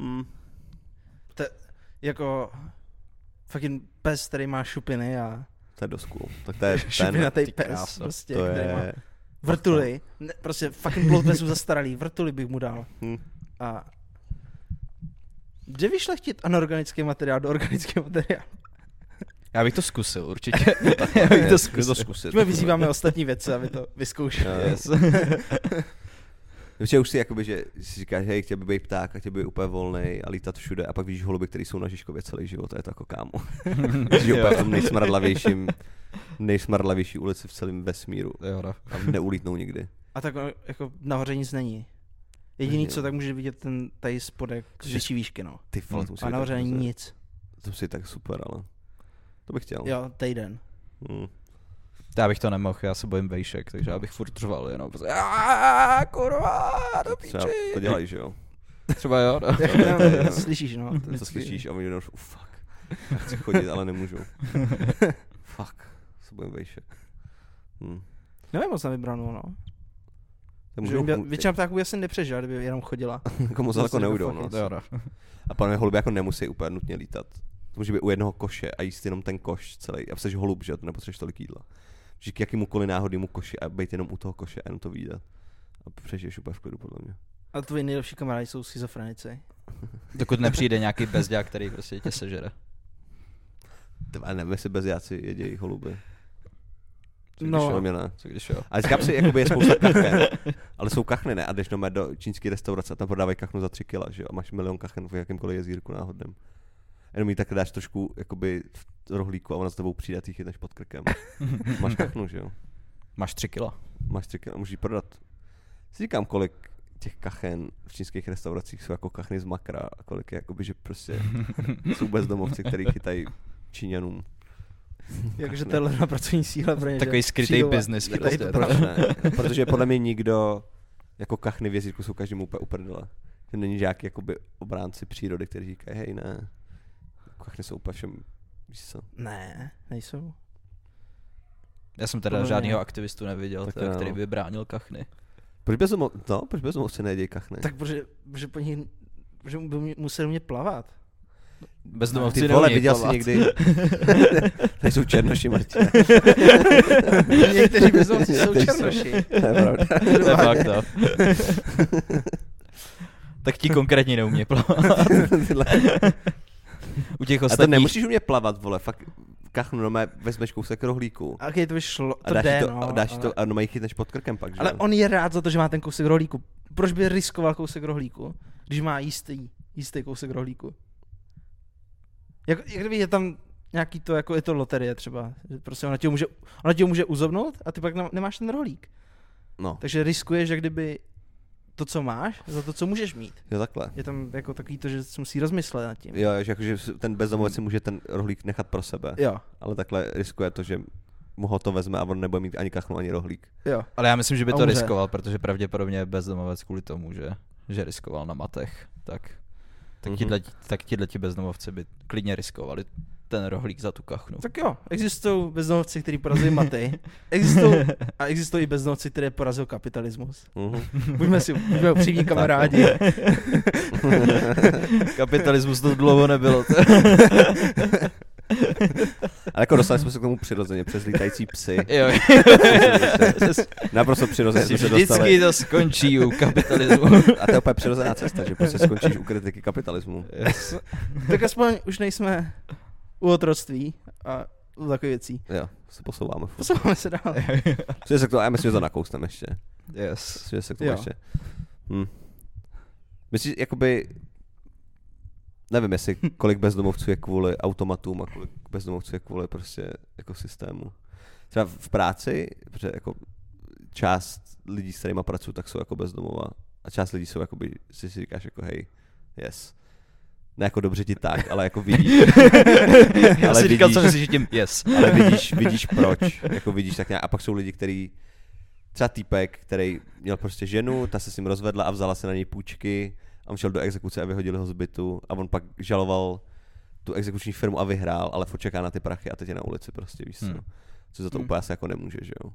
Hm.
To je jako fucking pes, který má šupiny a
To je dost cool. Tak to je ten,
šupinatý
ty
pes,
krása,
prostě,
to
který má
je... no.
vrtuly, ne, prostě fucking plotvesu zastaralý, vrtuly bych mu dal.
Hm.
A jde vyšlechtit anorganický materiál do organického materiálu.
Já bych to zkusil určitě. Já bych to
Je to
zkusil.
zkusit.
Už my vyzýváme ostatní věci, aby to vyzkoušeli.
Jo, jo.
Yes.
Protože Eh, už si jakoby, že si říkáš, hej, chtěl by být pták a chtěl by být úplně volný a lítat všude a pak vidíš holuby, který jsou na Žižkově celý život a je to jako kámo. Jsi úplně v tom nejsmradlavějším, nejsmradlavější ulici v celém vesmíru
Jo, no.
a neulítnou nikdy.
A tak ono, jako nahoře nic není. Jediný,
Není, no.
co tak může vidět ten tady spodek z
Že-
větší výšky, no.
Ty vole, to musí
A
být
nahoře
tak
není
hrozný.
nic.
To musí být tak super, ale to bych chtěl.
Jo, týden.
Hmm.
Já bych to nemohl, já se bojím vejšek, takže já bych furt řval jenom. Prostě, "Aaaa, kurva, do
Třeba
píči.
to dělají, že jo?
Třeba jo, no.
Jak
jo, jo, jo.
to slyšíš, no.
To slyšíš a oni jenom, oh, fuck, já chci chodit, ale nemůžu. fuck. se bojím vejšek. Hm.
Nevím moc na vybranou, no.
To
Že
můžou,
by-
mu-
Většina ptáků by asi nepřežila, kdyby jenom chodila.
jako moc daleko
musí do
neudou. No.
fucking-
Jo, no.
A panové holuby jako nemusí úplně nutně lítat. To může být u jednoho koše a jíst jenom ten koš celý. A jsi holub, že? jo, To nepotřebuješ tolik jídla. Že k jakýmukoliv náhodnému koši a být jenom u toho koše a jenom to výdat. A přežiješ úplně v klidu, podle mě.
A tvoji nejlepší kamarádi jsou schizofrenici.
Dokud nepřijde nějaký bezďák, který prostě tě sežere.
Ty, vole, nevím, jestli bezjáci jedějí holuby. Přijde,
No.
Mě ne.
Co když jo?
A říkám si, jakoby je spousta kachen, ale jsou kachny, ne? A jdeš doma do čínské restaurace a tam prodávají kachnu za 3 kila, že jo? A máš milion kachen v jakémkoliv jezírku náhodném. Jenom jí tak dáš trošku jakoby v rohlíku a ona s tebou přijde a ty jí chytneš pod krkem. máš kachnu, že jo?
Máš tři kilo.
Máš 3 kila, můžeš ji prodat. Si říkám, kolik těch kachen v čínských restauracích jsou jako kachny z makra a kolik je jakoby, že prostě jsou bezdomovci, který chytají Číňanům.
Jakože
Kachny.
to je levná pracovní síla pro ně.
Takový
že?
skrytý
Přijdou a-
biznis.
Jako je
Prostě.
to pravda, ne? Protože podle mě nikdo, jako kachny v jezírku jsou každému úplně uprdele. Že není žádný jakoby obránci přírody, kteří říkají, hej ne, kachny jsou úplně všem, víš co.
Ne, nejsou.
Já jsem teda
Podle mě.
žádného aktivistu neviděl,
Tak
teda,
jo.
který by bránil kachny.
Proč bez mo- no, proč bez si nejedějí kachny?
Tak protože, protože po nich, protože by mě- museli mě plavat.
Bezdomovci
Ty vole,
neumějí
viděl jsi
plavat.
někdy, tady jsou černoši, Martin.
Někteří bezdomovci jsou
Někteří
černoši.
To je pravda.
To je fakt, no. Tak ti konkrétně neumí plavat.
Tyhle.
U těch
A to
ostatních...
nemusíš umě plavat, vole, fakt kachnu, no mé vezmeš kousek rohlíku.
A když to by šlo,
A
to
dáš
jde,
jí to,
no,
a dáš jí
ale-
to, a no, jí chytneš pod krkem pak, že
Ale
jo?
on je rád za to, že má ten kousek rohlíku. Proč by riskoval kousek rohlíku, když má jistý, jistý kousek rohlíku? Jak, jak kdyby je tam nějaký to, jako je to loterie třeba. že Prostě ona tě může, ona tě může uzobnout a ty pak ne- nemáš ten rohlík.
No,
Takže riskuješ, jak kdyby to, co máš, za to, co můžeš mít.
jo takhle.
Je tam jako takový to, že si musí rozmyslet nad tím.
Jo, že jakože ten bezdomovec si může ten rohlík nechat pro sebe,
Jo,
ale takhle riskuje to, že mu ho to vezme a on nebude mít ani kachnu, ani rohlík.
jo.
Ale já myslím, že by
A
to
umře.
riskoval, protože pravděpodobně je bezdomovec kvůli tomu, že, že riskoval na matech. Tak, tak,
Mhm.
tihle, tak tihle ti bezdomovci by klidně riskovali ten rohlík za tu kachnu.
Tak jo, existují bezdomovci, kteří porazí maty. Existují, a existují i bezdomovci, které porazil kapitalismus.
Mhm.
Buďme si buďme upřímní kamarádi.
Kapitalismus to dlouho nebylo.
Ale jako dostali jsme se k tomu přirozeně přes lítající psy.
jo.
Naprosto přirozeně jsme se
Vždycky
dostali.
to skončí u kapitalismu.
A to je úplně přirozená cesta, že prostě skončíš u kritiky kapitalismu.
tak aspoň už nejsme u otroctví a u takových věcí.
Jo, se posouváme. furt.
Posouváme se dál.
Myslím, že se k to, já myslím, že to nakousneme ještě.
yes.
Myslím, že se k tomu
Jo.
ještě. Hm. Myslíš, jakoby, nevím, jestli kolik bezdomovců je kvůli automatům a kolik bezdomovců je kvůli prostě jako systému. Třeba v práci, protože jako část lidí, s kterými pracuji, tak jsou jako bezdomova a část lidí jsou jakoby, si si říkáš jako hej, yes. Ne jako dobře ti tak, ale jako vidíš.
Já
Ale
si říkal, co
vidíš.
myslíš že tím yes.
Ale vidíš, vidíš proč, jako vidíš tak nějak. A pak jsou lidi, který, třeba týpek, který měl prostě ženu, ta se s ním rozvedla a vzala se na něj půjčky a on šel do exekuce a vyhodili ho z bytu a on pak žaloval tu exekuční firmu a vyhrál, ale furt čeká na ty prachy a teď je na ulici prostě, víš co.
Hmm.
Co za to
Hmm.
úplně asi jako nemůže, že jo.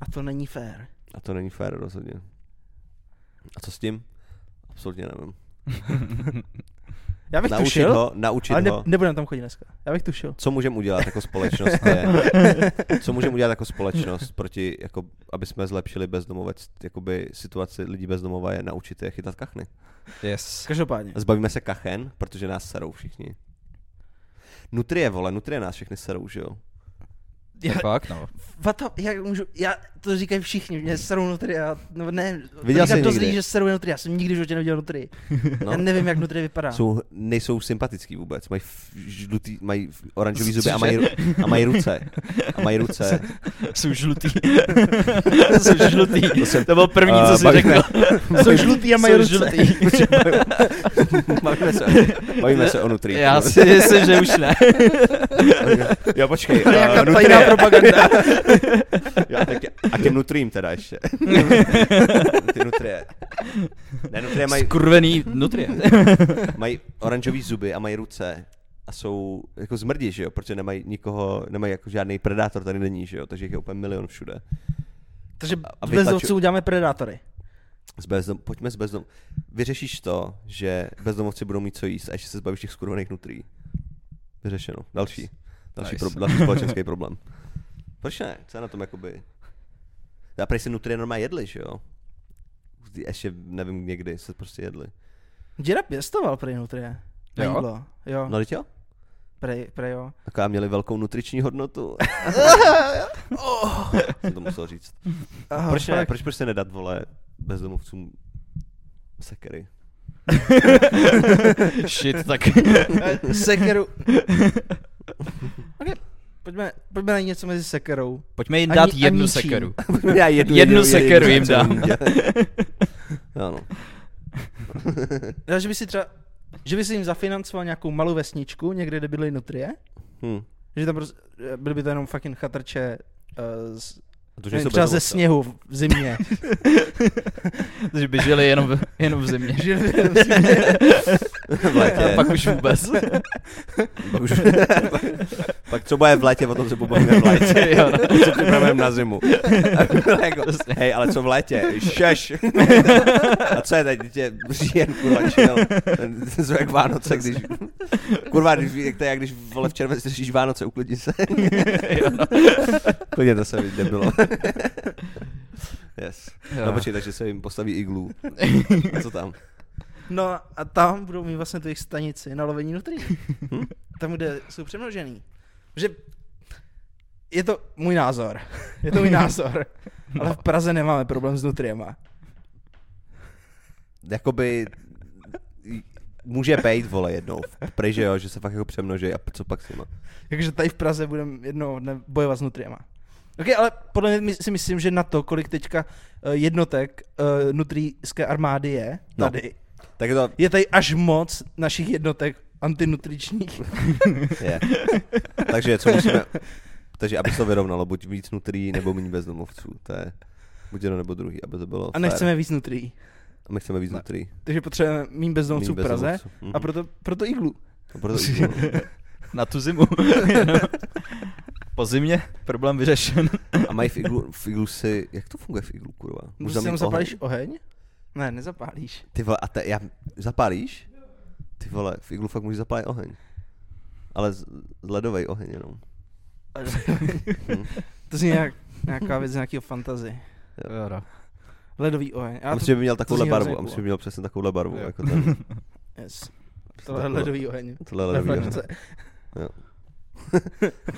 A to není fér.
A to není fér rozhodně. A co s tím? Absolutně nevím.
Já bych
Naučit
tušil,
ho, naučit
ale ne,
ho.
nebudeme tam chodit dneska. Já bych tušil.
co můžeme udělat jako společnost, je, co můžeme udělat jako společnost proti, jako, aby jsme zlepšili bezdomovec, jakoby situaci lidí bezdomova je naučit je chytat kachny.
Yes.
Každopádně.
Zbavíme se kachen, protože nás serou všichni. Nutrie, vole, nutrie nás všechny serou, že jo?
Já,
Jako
Fakt, no.
vata, já, můžu, já to říkají všichni, mě serou nutria. No ne,
Viděl
říkám
jsi
to
někdy?
zlý, že serou nutria. Já jsem nikdy v životě neviděl nutry. No. Já nevím, jak nutry vypadá.
Jsou, nejsou sympatický vůbec, mají f- žlutý, mají f- oranžový zuby a mají, ru- a mají ruce. A mají ruce.
Jsou žlutý. Jsou žlutý.
To jsem-
To byl první,
Eh,
co jsi
bavíme-
řekl.
Jsou žlutý a mají
Jsou
ruce.
žlutý.
Bavíme se, bavíme se o nutrí.
Já si myslím, že už ne.
Jo, počkej.
To je
eh,
nějaká
nutrie.
tajná propaganda.
Jo, tak tě, a těm nutrím teda ještě. Ty nutrie. Ne, nutrie mají,
Skurvený nutrie.
mají oranžový zuby a mají ruce. a jsou jako zmrdí, že jo, protože nemají nikoho, nemají jako žádný predátor tady není, že jo, takže jich je úplně milion všude.
Takže
a
bez
vytlaču-
bezdomovců uděláme predátory.
S bezdom, pojďme s bezdom. Vyřešíš to, že bezdomovci budou mít co jíst a ještě se zbavíš těch skurvených nutrií. Vyřešeno. Další. Další,
Nice.
nice. pro, další společenský problém. Proč ne? Co je na tom jakoby? Já prej si nutrie normálně jedli, že jo? Ještě nevím někdy, se prostě jedli.
Děda pěstoval prej nutrie. Na
Jo?
jídlo. Jo,
No teď jo?
prej, prej jo.
Taková měli velkou nutriční hodnotu. Jsem to musel říct.
Aha,
Proč ne?
No, fakt.
Proč prostě nedat, vole, bezdomovcům sekery?
Shit, tak
Sekeru. okay. Pojďme, pojďme najít něco mezi sekerou.
pojďme jim
A
dát
ni- a
jednu
ničím.
sekeru.
Já jednu,
Jednu sekeru jim
jednu
dám.
dítě. Jo, no.
Já, že by si třeba, že by si jim zafinancoval nějakou malou vesničku, někde, kde bydlí nutrie.
Hm.
Že tam prostě, byly by to jenom fucking chatrče uh, z,
A to, že
nevím,
jsou
třeba ze
bezdomovci.
sněhu v zimě.
Takže by žili jenom v, jenom v zimě.
Žili by v zimě.
v létě.
A pak už vůbec.
No, pak, už, pak třeba je v létě, o tom se pobavíme v létě.
Jo, no.
To se připravujeme na zimu. A by bylo jako, hej, ale co v létě? Šeš. A co je teď, dítě? Říjen, kurva, chill. Jsou jak Vánoce, když... Kurva, když, jak to je, jak když vole v červenci řešíš Vánoce, uklidni se. Klidně se mi debilo. Yes. No počkej, takže se jim postaví iglu. A co tam?
No a tam budou mít vlastně tu jejich stanici na lovení nutrií. tam, kde jsou přemnožený. Že je to můj názor. Je to můj názor. Ale v Praze nemáme problém s nutriema.
jakoby může být vole jednou, prej, že jo, že se fakt jako přemnoží a co pak s nima.
Takže tady v Praze budeme jednoho dne bojovat s nutriema. Ok, ale podle mě si myslím, že na to, kolik teďka eh, jednotek eh, nutrijské armády je
No.
tady,
Tak to
je tady až moc našich jednotek antinutričních.
je. Takže co musíme, takže aby se to vyrovnalo, buď víc nutrií nebo méně bezdomovců, to je buď jedno nebo druhý, aby to bylo
A nechceme víc nutrií.
Fair. A my chceme víc nutrií.
Takže potřebujeme mít bezdomovců
Míň
v Praze
bezdomovců. Mhm.
a proto, proto iglu.
A proto iglu, no.
Na tu zimu. po zimě problém vyřešen.
A mají v iglu, v iglu si, jak to funguje v iglu, kurva?
Můžu
tam
si tam
mít oheň?
zapálíš oheň? Ne, nezapálíš.
Ty vole, a te, já, zapálíš? Ty vole, v iglu fakt můžeš zapálit oheň. Ale z, z ledovej oheň jenom.
to je nějak, nějaká věc z nějakého fantazy.
Jo, no.
Ledový oheň.
A
Já to,
myslím, že by měl takovouhle
zní
barvu,
hrozně
a myslím,
cool.
že by měl přesně takovouhle barvu,
Jo.
jako ten.
yes. Tohle je ledový oheň.
Tohle
Na
ledový.
flašce.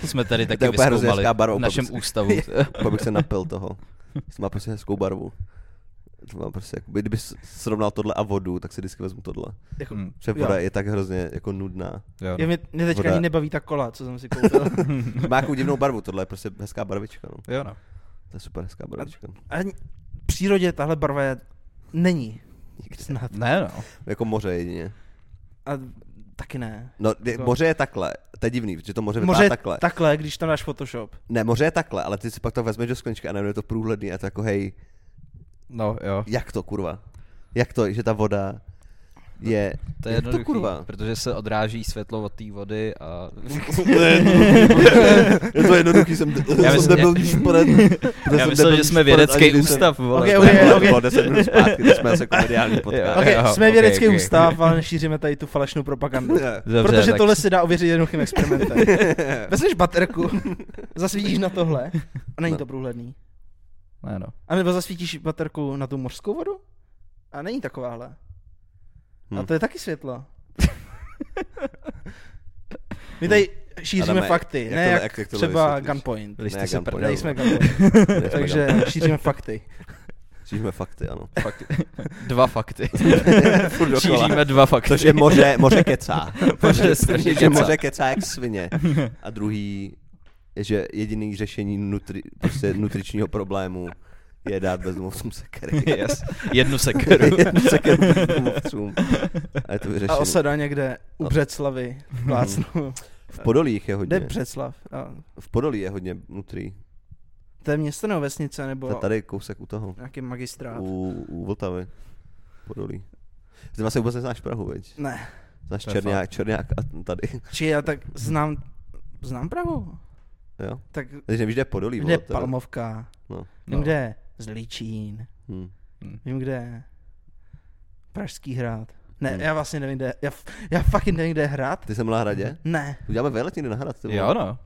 To jsme tady
To
taky
je úplně hrozně
vyskoumali
hezká barva,
v našem
opravdu.
ústavu.
Pak bych se napil toho. To má prostě hezkou barvu. To má prostě, jakoby, kdyby s- srovnal tohle a vodu, tak si vždycky vezmu tohle.
Jako,
Hm,
Protože
Jo.
voda je tak hrozně jako nudná.
jo, no.
je, mě, mě teďka
Voda.
ani nebaví ta kola, co jsem si koupil.
Má jakou divnou barvu, tohle je prostě hezká barvička. No.
no. jo, no.
To je super hezká barvička.
Ani v přírodě tahle barva je, není. Snad.
Ne, no.
Jako moře jedině.
A taky ne.
No, je,
To-
moře je takhle. To je divný, protože to moře vypadá
Moře
moře
je
takhle. Tak...
takhle, když tam dáš Photoshop.
Ne, moře je takhle, ale ty si pak to vezmeš do skleničky a najednou je to průhledný a to jako hej,
No, jo.
jak to kurva? Jak to, že ta voda je...
To je
jak to
jednoduchý,
kurva?
protože se odráží světlo od té vody a...
je to jednoduchý, jsem,
Já
jsem
myslím,
debilní
že-
šporet.
Já myslel, že jsme vědecký ústav, vole.
Ok,
To
ok,
je-
ok.
Bylo 10 minut zpátky, to jsme asi komediální podcast.
Ok,
Jo,
jsme
ok,
vědecký
ok.
ústav, ale šíříme tady tu falešnou propagandu.
Dobře,
Protože
tak-
tohle se dá ověřit jednoduchým experimentem. Vezmeš baterku, zasvítíš na tohle a není
No.
to průhledný.
Ne, no.
A nebo zasvítíš baterku na tu mořskou vodu a není takováhle. A
Hm.
to je taky světlo. My tady šíříme
Adame,
fakty,
jak
ne
to-
jak,
jak- jak to
třeba
vysvětlíš?
Gunpoint.
Byli jste
Ne,
super.
Gunpoint.
Nejsme Gunpoint, takže šíříme fakty.
Šíříme fakty, ano.
Fakty. Dva fakty.
Furt dokola.
Šíříme dva fakty.
Což je moře, moře kecá.
Moře
Je,
strašně
že
kecá.
moře kecá jak svině. A druhý je, že jediný řešení nutri, prostě nutričního problému je dát bezdomovcům sekery.
Yes. Jednu sekeru.
Jednu sekeru bezdomovcům. A je to
A
vyřešené.
osada někde u Břeclavy, v Plácnu.
V Podolích je
Kde
hodně.
je Břeclav? A
V Podolí je hodně nutrí.
To je město nebo vesnice,
To je
nebo
tady kousek u toho.
nějaký magistrát?
U, u Vltavy. Podolí. Zde se vůbec vlastně neznáš Prahu, veď?
Ne,
Znáš
To je
Černák, Černák a tady,
Či já tak znám, znám Prahu.
jo.
Tak
Takže nevíš, kde je Podolí,
kde je
vole, to je-
Palmovka?
No.
Vím,
No.
kde je Zličín.
Hm.
Vím, kde je Pražský hrad. Ne,
Hmm.
já vlastně nevím, kde je. Já, f- já fucking nevím, kde je hrad.
Ty jsem na hradě?
Ne,
Uděláme výlet někde na hrad, ty vole.
Jo no.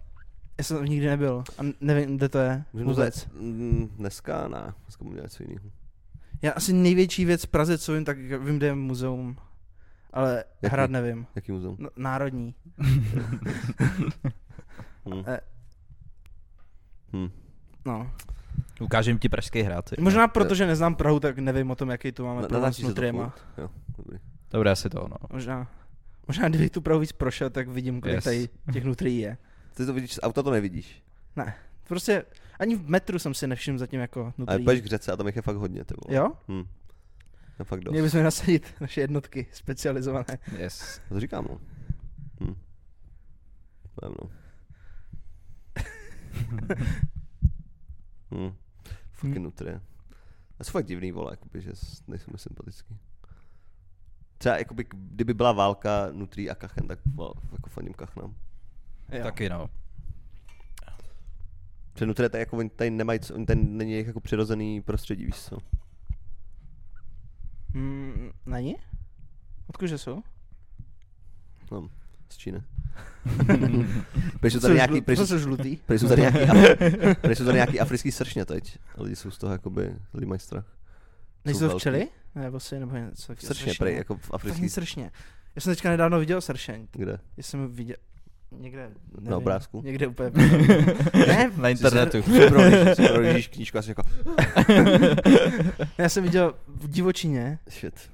já jsem tam nikdy nebyl. A nevím, kde to je
Můžeme
vůbec.
zajet- Mm, Dneska, ne, dneska můžeme dělat co jiného.
Já asi největší věc v Praze, co vím, tak vím, kde je muzeum. Ale
Jaký?
hrad nevím.
Jaký muzeum?
No, národní.
Hm.
eh.
Hm.
No.
Ukážem ti pražský hrad. ty.
Možná proto, že neznám Prahu, tak nevím o tom, jaký tu máme
Na-
problém s
natáčí se to
nutriema.
furt? Jo, dobrý.
Dobré asi to, no.
Možná, možná kdybych tu Prahu víc prošel, tak vidím, kolik yes.
Yes.
tady těch nutrií je.
Ty to vidíš, z auta to nevidíš.
Prostě ani v metru jsem si nevšiml zatím jako
Ale
nutrií.
půjdeš k řece a tam jich je fakt hodně, ty vole.
Jo?
Hm. No fakt dost.
Měli bychom nasadit naše jednotky specializované.
Yes.
To říkám, no. Hm. Nevím, no. hm. Fucking nutrie. To jsou fakt divný, vole, jakoby, že s- nejsou mi sympatický. Třeba, jakoby, kdyby byla válka nutrí a kachen, tak vole, jako fandím kachnám.
Jo.
Taky no.
Protože nutrie, tak jako oni tady nemají, co- oni tady není jejich jako přirozený prostředí, víš co?
Mm, není? Odkuže jsou?
No, z Číny. Protože jsou
Co jsou
tady nějaký,
žlu-
protože
Co
jsou-
jsou žlutý?
Prý jsou tady nějaký, af- prý jsou tady nějaký africký sršně teď. A lidi jsou z toho jakoby, lidi mají strach.
Nejsou to
velký.
včely? Nebo si nebo něco takového.
Sršně, prej, jako v africký,
no. Fucking sršně. Já jsem teďka nedávno viděl sršeň.
kde?
Já jsem ho viděl někde, nevím,
obrázku?
Někde úplně. ne,
Na internetu.
Si prohlížíš- si prohlížíš knížku a jsi jako,
já jsem viděl v divočině,
shit.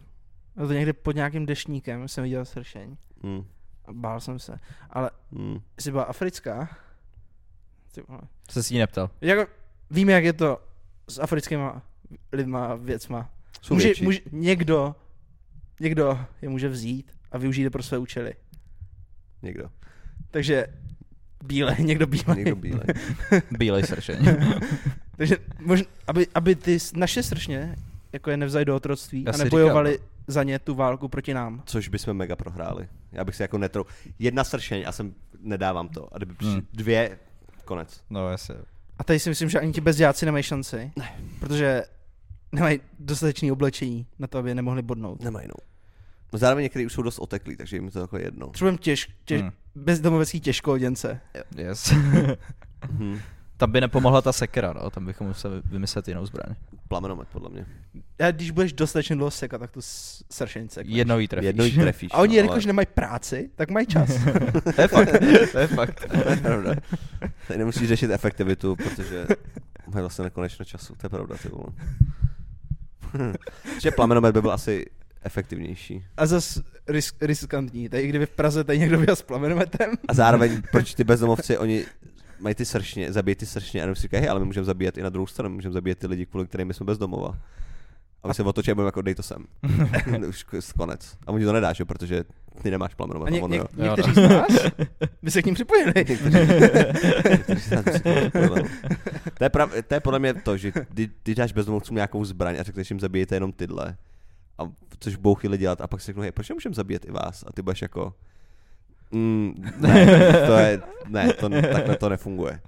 bylo to někde pod nějakým deštníkem, jsem viděl sršeň.
Mm,
A bál jsem se. Ale
mm.
jestli byla africká, ty vole.
Se si ji neptal.
Jako, víme, jak je to s africkýma lidma, věcma.
Jsou
Může,
větší.
může, někdo, někdo je může vzít a využít je pro své účely.
Někdo.
Takže bílé, někdo bílé.
Někdo bílej.
Bílej sršeň.
Takže možná, aby, aby ty s- naše sršně, jako je nevzali do otroctví
Já
a
si
nebojovali
říkám,
no.
za ně tu válku proti nám.
Což bychom mega prohráli. Já bych se jako netrou. Jedna sršeň a jsem, nedávám to. A kdyby přišly
Hmm.
Mm.
dvě, konec.
No jasně.
A tady si myslím, že ani ti bezdějáci nemají šanci.
Ne.
Protože nemají dostatečné oblečení na to, aby je nemohli bodnout.
Nemají, no. No zároveň některý už jsou dost oteklí, takže jim to jako jedno.
Potřebujeme těž, těž,
Hmm.
bezdomovecký těžkoděnce.
Yes.
Hm.
Tam by nepomohla ta sekera, no. Tam bychom museli vymyslet jinou zbraň.
Plamenomet, podle mě.
A když budeš dostatečně dlouho sekat, tak tu s- sršeň sekneš.
Jednou jí trefíš.
Jednou jí trefíš.
A oni,
no, ale-
jelikož nemají práci, tak mají čas.
to je fakt. To je fakt.
To je pravda. Tady nemusíš řešit efektivitu, protože mají vlastně nekonečno času. To je pravda, ty vole. že plamenomet by byl asi efektivnější.
A zas risk, riskantní. Tady kdyby v Praze tady někdo byl s plamenometem.
A zároveň, proč ty bezdomovci, oni mají ty sršně, zabijí ty sršně a jenom si říkají, hej, ale my můžeme zabíjet i na druhou stranu, můžeme zabíjet ty lidi, kvůli kterým my jsme bezdomova. A my se otočí a budeme jako dej to sem. Už k- konec. A oni to nedáš, jo, protože ty nemáš plamenomet.
A ně,
a on
ně,
jo. no.
někteří z nás by se k ním připojili.
Někteří se nás musí kontrolovat. to, je prav, to je podle mě to, že ty, ty dáš bezdomovcům nějakou zbraň a řekneš jim zabijete jenom tyhle. A což budou chvíli dělat a pak si řeknou, hej, proč nemůžeme zabíjet i vás? A ty budeš jako, mm, ne, to je, ne, to, takhle to nefunguje.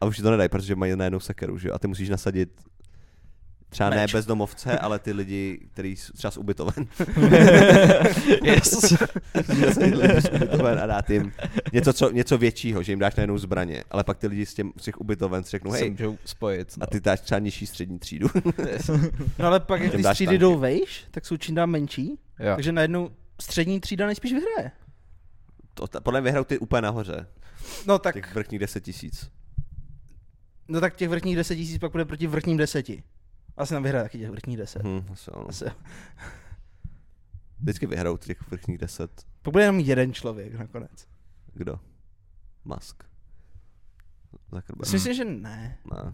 A už ti to nedají, protože mají najednou sekeru, že jo? A ty musíš nasadit třeba ne
Meč.
bezdomovce, ale ty lidi, kteří jsou třeba z ubytoven.
yes.
Že se lidi z ubytoven a dát jim něco, co, něco většího, že jim dáš najednou zbraně, ale pak ty lidi z, těm, z těch ubytoven si řeknou,
No, se
hej,
můžou spojit. No.
a ty dáš třeba nižší střední třídu.
Yes.
No ale pak, jak
Těm
ty
dáš
třídy
tanky.
jdou vejš, tak jsou čím dál menší.
Jo.
Takže najednou střední třída nejspíš vyhraje.
To, ta, podle mě vyhrajou ty úplně nahoře,
No tak,
těch vrchních 10 tisíc.
no tak těch vrchních 10 tisíc pak bude proti vrchním deseti. Asi nám vyhraje taky těch vrchních deset.
Hm, asi ano.
Asi.
Vždycky vyhrajou těch vrchních 10.
Pak bude jenom jeden člověk nakonec.
Mhm. Kdo? Musk. Zuckerberg. No,
Já si myslím, že ne.
Ne.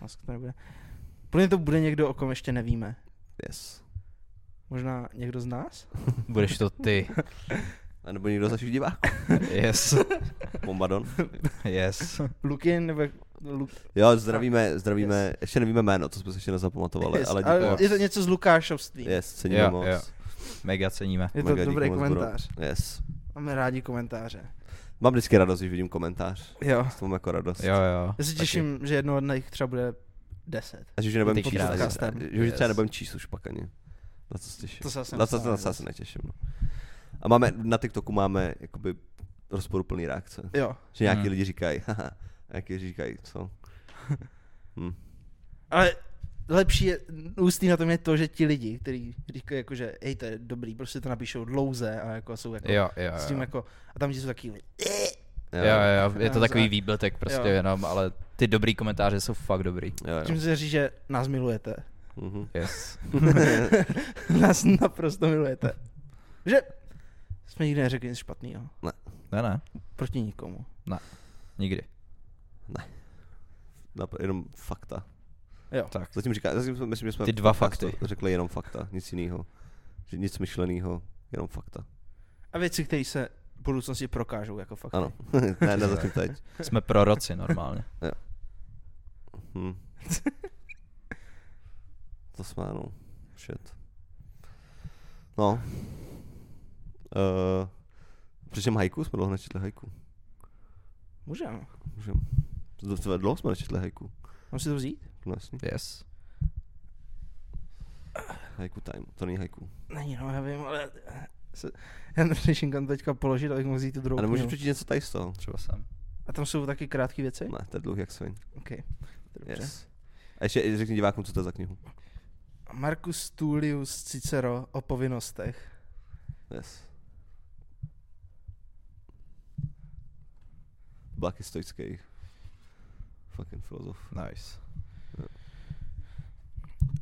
Musk to nebude. Podle mě to bude někdo, o kom ještě nevíme.
Yes.
Možná někdo z nás?
Budeš to ty.
A nebo někdo z našich diváků.
Yes.
Bombadon.
Yes.
Lukin nebo... Lu...
Jo, zdravíme, zdravíme, ještě nevíme jméno, to jsme se ještě nezapamatovali,
yes,
ale
ale je to něco z Lukášovství.
Yes, ceníme
Jo,
moc.
jo. Mega ceníme.
Je to
Mega díky
dobrý
moc, bro.
komentář.
Yes.
Máme rádi komentáře.
Mám vždycky radost, když vidím komentář.
Jo.
S tom jako radost.
Jo, jo.
Já se těším, že jednoho dne jich třeba bude 10.
A že už je nebudem
Ty
číst.
krásy.
Že že už je
Yes.
třeba nebudem číst už pak ani. Na co se těším.
To se asi
na co, na
nestane
co se
vůbec.
asi netěším. No. A máme, na TikToku máme jakoby rozporuplný reakce.
Jo.
Že nějaký
Hmm.
lidi říkají, haha, a nějaký říkají, co? Hm.
Ale lepší je, ústý na tom je to, že ti lidi, kteří říkají jako, že hej, to je dobrý, prostě to napíšou dlouze a jako jsou jako
Jo, jo, jo.
s tím jako, a tam ti jsou takový,
Jo, jo, jo, je to
Já
takový
za-
výbletek prostě
jo.
jenom, ale ty dobrý komentáře jsou fakt dobrý.
jo, jo.
tím se říct, že nás milujete.
Mhm.
Yes.
nás naprosto milujete. Že jsme nikdy neřekli nic špatného.
Ne, ne,
Proti nikomu.
nikdy.
Nap- Jenom fakta.
Jo.
Tak.
Zatím říká, zatím jsme, myslím, že jsme
Ty dva
v podcastu
fakty.
řekli jenom fakta, nic jiného. Že nic myšleného, jenom fakta.
A věci, které se v budoucnosti prokážou jako fakt.
Ano, ne, ne zatím teď.
Jsme proroci normálně.
Hm. To jsme, no. Shit. No. Uh, Přičem hajku jsme dlouho nečetli hajku.
Můžeme.
Můžem. Dlouho- Dlouho jsme nečetli hajku.
Mám si to vzít?
No jasný.
Yes.
Hajku time. To není hajku.
Není, no, já vím, ale se, já neřeším kam teďka položit, abych mohl vzít tu druhou.
A nemůžeš
knihu.
přečíst něco tady z toho?
Třeba jsem.
A tam jsou taky krátké věci?
Ne, to je dlouhý jak svin.
Okay. Dobře.
Yes. A ještě řekni divákům, co to je za knihu.
Marcus Tullius Cicero o povinnostech.
Yes. Blaky stoický. Fucking filozof.
Nice.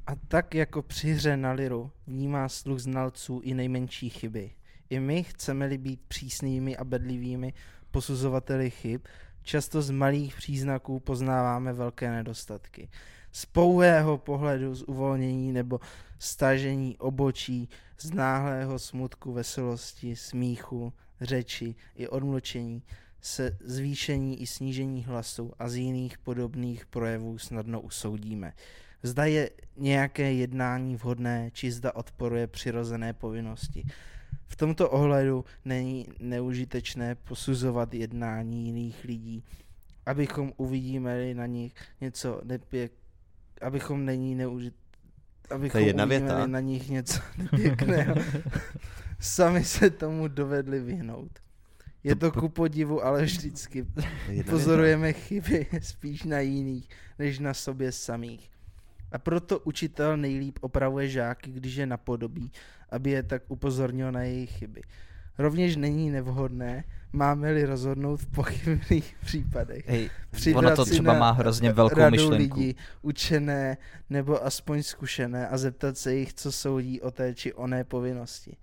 A tak jako při hře na liru vnímá sluch znalců i nejmenší chyby. I my chceme-li být přísnými a bedlivými posuzovateli chyb, často z malých příznaků poznáváme velké nedostatky. Z pouhého pohledu, z uvolnění nebo stažení obočí, z náhlého smutku, veselosti, smíchu, řeči i odmlčení se zvýšení i snížení hlasu a z jiných podobných projevů snadno usoudíme. Zda je nějaké jednání vhodné, či zda odporuje přirozené povinnosti. V tomto ohledu není neužitečné posuzovat jednání jiných lidí, abychom uvidíme na nich něco nepěk, abychom není neužit, abychom
jedna věta.
uvidíme-li na nich něco nepěkného. Sami se tomu dovedli vyhnout. Je to ku podivu, ale vždycky pozorujeme chyby spíš na jiných, než na sobě samých. A proto učitel nejlíp opravuje žáky, když je napodobí, aby je tak upozornil na jejich chyby. Rovněž není nevhodné, máme-li rozhodnout v pochybných případech.
Hej,
Přibrat
ono to
si
třeba
na
má hrozně velkou
radu
myšlenku.
lidí, učené nebo aspoň zkušené a zeptat se jich, co soudí o té či oné povinnosti.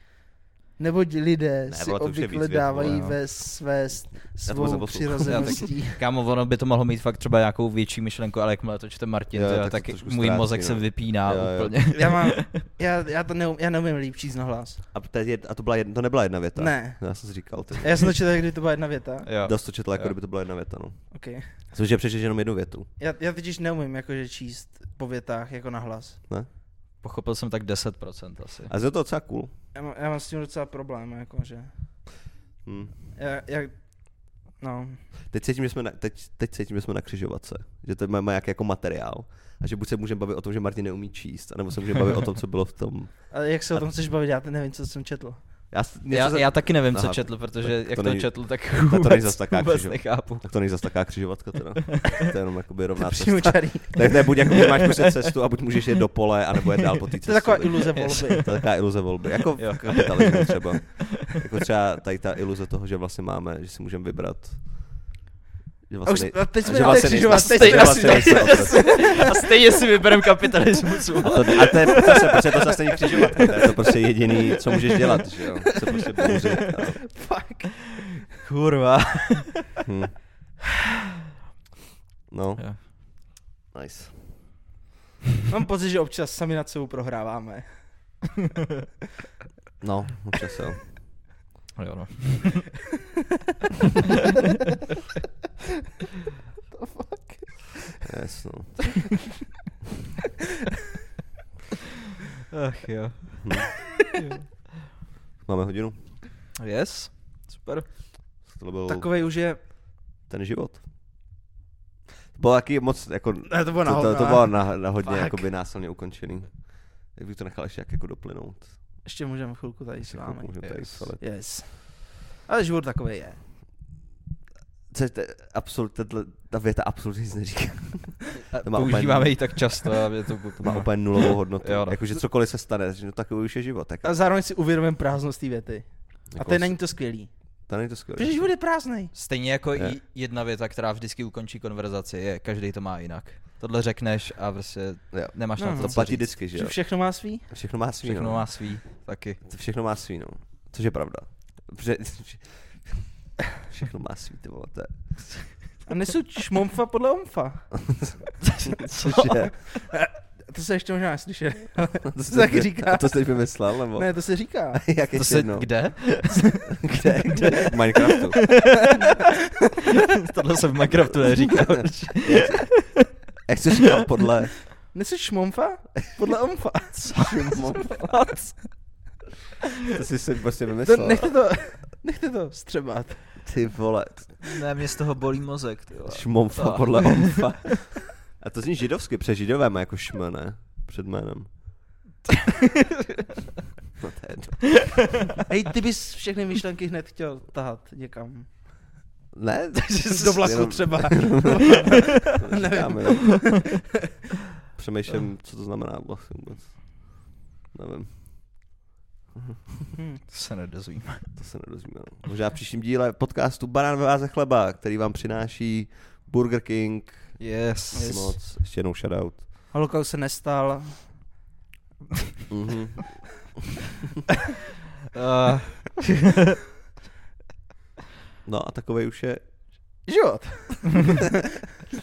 Neboť lidé
Ne,
si
vole, to už je
obvykle
víc vět,
dávají
vole,
vole,
no.
ve své s- svou
neposlouchal. Já taky.
přirozeností.
Kámo, ono by to mohlo mít fakt třeba nějakou větší myšlenku, ale jakmile to čte Martin,
Jo,
jo,
tak
tak,
se
tak
trošku
můj
ztrácí,
mozek
no.
se vypíná
Jo,
jo,
jo.
úplně.
Já, mám, já, já, to neum, já neumím líp číst na hlas.
A, to, je, a to, byla jedna, to nebyla jedna věta.
Ne.
Já jsem si říkal. Ty.
Já jsem to četl, kdyby to byla jedna věta.
Jo.
Dost to četl, jako
Jo.
kdyby to byla jedna věta. No.
Okay.
Jsem že přečteš jenom jednu větu.
Já, já totiž neumím jakože číst po větách jako na hlas.
Pochopil jsem tak 10% asi.
A je to docela cool.
Já, mám- já mám s tím docela problém, jakože.
Hm.
Já, já, no,
Teď cítím, že jsme na, teď, teď cítím, že jsme na křižovatce. Že to máme nějaký jako materiál. A že buď se můžeme bavit o tom, že Martin neumí číst, anebo se můžeme bavit o tom, co bylo v tom.
ale jak se o tom chceš bavit, já teď nevím, co jsem četl.
Já, s- něco
Já,
za-
já taky nevím,
Aha,
co četl, protože
tak
jak
to
to,
není-
četl, tak
není
vůbec,
zas taká
vůbec
křižo-
nechápu.
Tak to není zas taká křižovatka teda. To je jenom jakoby rovná cesta.
Přímočarý.
Tak to je buď jako, že máš prostě cestu a buď můžeš jít do pole, anebo jít dál po té cestě.
To je taková iluze volby.
To je taková iluze volby. Jako
Jo.
v kapitalismu třeba. Jako třeba tady ta iluze toho, že vlastně máme, že si můžeme vybrat. Že
A už,
nej-
a teď
a
jsme
že
na té
vlastně
křižovatce.
nejsme-
teď
že
jsme-
vlastně nejsme otroci.
A stejně si vybereme kapitalismus.
A to, a to je prostě, prostě to zase není křižovatka, to je to prostě jediný, co můžeš dělat, že jo. Se prostě bouřit. A...
Fuck. Kurva.
Hm. No,
Jo.
nice.
Mám pocit, že občas sami nad sebou prohráváme.
No, občas jo.
Jo, no.
Yes, no.
Ach jo.
Hm. Máme hodinu.
Yes, super.
To byl Takové...
Takovej už je...
ten život. To bylo taky moc, jako, to,
Ne, to bylo
to, to bylo na, na hodně
Fuck.
jakoby, násilně ukončený. Jak bych to nechal ještě jak jako doplynout.
Ještě můžeme chvilku tady s vámi.
Můžeme tady
yes.
psalit.
Yes. Ale život takový je.
Co je to- absolut, tato, ta věta absolutně nic neříká. To má
Používáme
úplně-
ji tak často, aby to,
To má úplně nulovou hodnotu.
Jo, no.
Jakože cokoliv se stane, že no, takový už je život. Tak,
A zároveň si uvědomím prázdnost té věty. A
jako
to je-
s-
není to skvělý.
to není to skvělé.
Protože život je prázdný.
Stejně jako
Je.
i jedna věta, která vždycky ukončí konverzaci, je každý to má jinak. Tohle řekneš a prostě
Jo.
nemáš
No,
na
no.
to,
To
co
platí
říct.
vždycky, že
Že
jo?
všechno má svý.
Všechno má svý,
Všechno
no.
má svý, taky.
To všechno má svý, no. Což je pravda. Pře- všechno má svý, ty vole, to je.
A nesu šmomfa podle omfa.
Cože?
To se ještě možná neslyšel.
To jsi
taky
teď-
říká.
A to jsi teď vymyslel, nebo?
ne, to se říká.
Jak
To
ještě
se,
jednou?
kde?
Kde? Kde? V Minecraftu.
Tohle se v Minecraftu neříká.
Jak jsi říkal podle...
Nesu šmomfa podle omfa.
To jsi si prostě
To,
vymyslel.
nechte to, nechte to střebat.
Ty vole,
ne, mě z toho bolí mozek, ty vole.
šmomfa
To.
podle omfa. A to zní židovsky, protože židové má jako šm, ne? Před jménem. No to je jedno.
Hej, ty bys všechny myšlenky hned chtěl tahat někam.
Ne,
Do vlaku třeba.
Nevím. Říkáme, no. Přemýšlím, co to znamená vlastně vůbec. Nevím,
Hm.
To se nedozvíme.
to se nedozvíme. No. Možná v příštím díle podcastu Banán ve váze chleba, který vám přináší Burger King.
Yes.
Yes. Moc, ještě jednou shoutout.
Holokaust se nestal.
Mhm.
Uh,
No a takovej už je
Život.